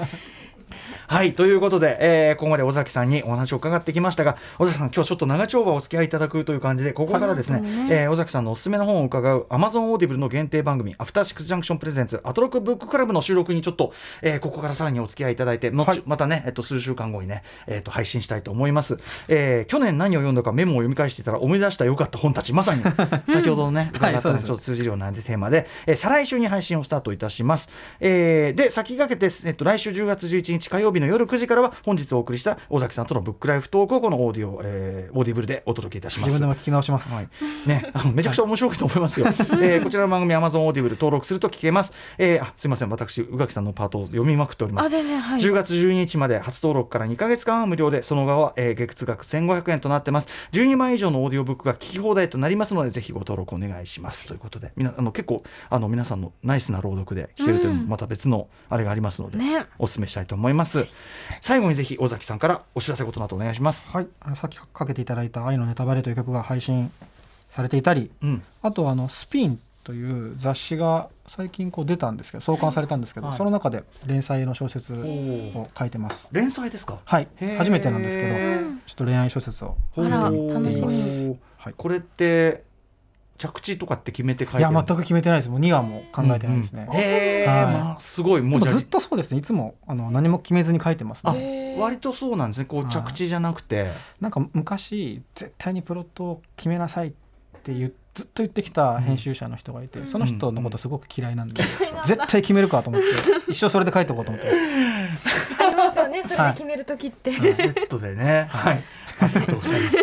B: はいということで、えーここまで尾崎さんにお話を伺ってきましたが尾崎さん今日ちょっと長丁場お付き合いいただくという感じでここからですね
C: はいそうね
B: えー尾崎さんのおすすめの本を伺う Amazon オーディブルの限定番組「アフターシックスジャンクションプレゼンツアトロックブッククラブ」の収録にちょっと、えーここからさらにお付き合いいただいて、後またね、えっと、数週間後にね、えっと、配信したいと思います、えー去年何を読んだかメモを読み返していたら思い出した良かった本たちま (laughs) さに先ほどのね伺った
D: そう
B: の
D: で
B: とちょ
D: す
B: っと通じるようなテーマで、えー再来週に配信をスタートいたします、えーで先駆けて、えっと、来週10月11日火曜日の夜9時からは本日お送りした尾崎さんとのブックライフトークをこのオーディオ、えーオーディブルでお届けいたします
D: 自分でも聞き直します、
B: はい、ね、あのめちゃくちゃ面白いと思い
C: (laughs)
B: ますよ。えーこちらの番組 Amazon オーディブル登録すると聞けます。えーあ、すみません、私宇垣さんのパートを読みまくっておりま
C: あ
B: す。
C: 全然はい
B: 10月12日まで初登録から2ヶ月間は無料で、その後は、えー月額1500円となってます。12万以上のオーディオブックが聞き放題となりますので、ぜひご登録お願いします。ということで、みなあの結構あの皆さんのナイスな朗読で聞けるというのもまた別のあれがありますので、
C: ね
B: お勧めしたいと思います。最後にぜひ尾崎さんからお知らせことなどお願いします。
D: はい、あのさっきかけていただいた「愛のネタバレ」という曲が配信されていたり
B: うん、
D: あとはあの「スピン」という雑誌が最近こう出たんですけど創刊されたんですけど、
B: はい
D: その中で連載の小説
B: お
D: を書いてます
B: 連載ですか。
D: はい
B: へー
D: 初めてなんですけど
B: うん
D: ちょっと恋愛小説を
C: あら
D: 本当に
C: 楽しみ
D: はい
B: これって着地とかって決めて書いて
D: いや全
B: んです
D: く
B: か
D: 決めてないですもう2話も考えてないですね、
B: うんうんへえ、
D: はい
B: まあすごいもう
D: で
B: じゃ
D: も
B: あ
D: ずっとそうですねいつもあの何も決めずに書いてます
B: あ
D: ね
B: 割とそうなんですねこう
D: はい
B: 着地じゃなくて、
D: なんか昔絶対にプロットを決めなさいって言うずっと言ってきた編集者の人がいて、その人のことすごく嫌いなんで、絶対決めるかと思って一生それで書いておこうと思ってます
C: ありますよねそれで決める時って、 (laughs)
B: セットでねはいありがとうございます。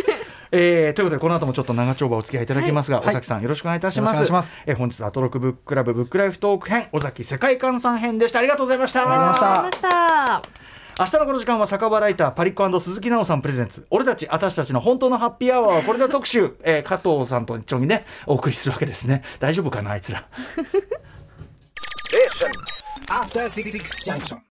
B: えー、ということでこの後もちょっと長丁場お付き合いいただきますが、尾崎さんよろしくお願いいたします
D: よろしくお願いし
B: えー本日アトロクブッククラブブックライフトーク編尾崎世界観さん編でしたありがとうございました
D: りがとうございました
C: ありました
B: 明日のこの時間は酒場ライターパリッコ鈴木奈緒さんプレゼンツ俺たち私たちの本当のハッピーアワーはこれだ特集、えー加藤さんと一緒にねお送りするわけですね大丈夫かなあいつら
E: After Six Junction.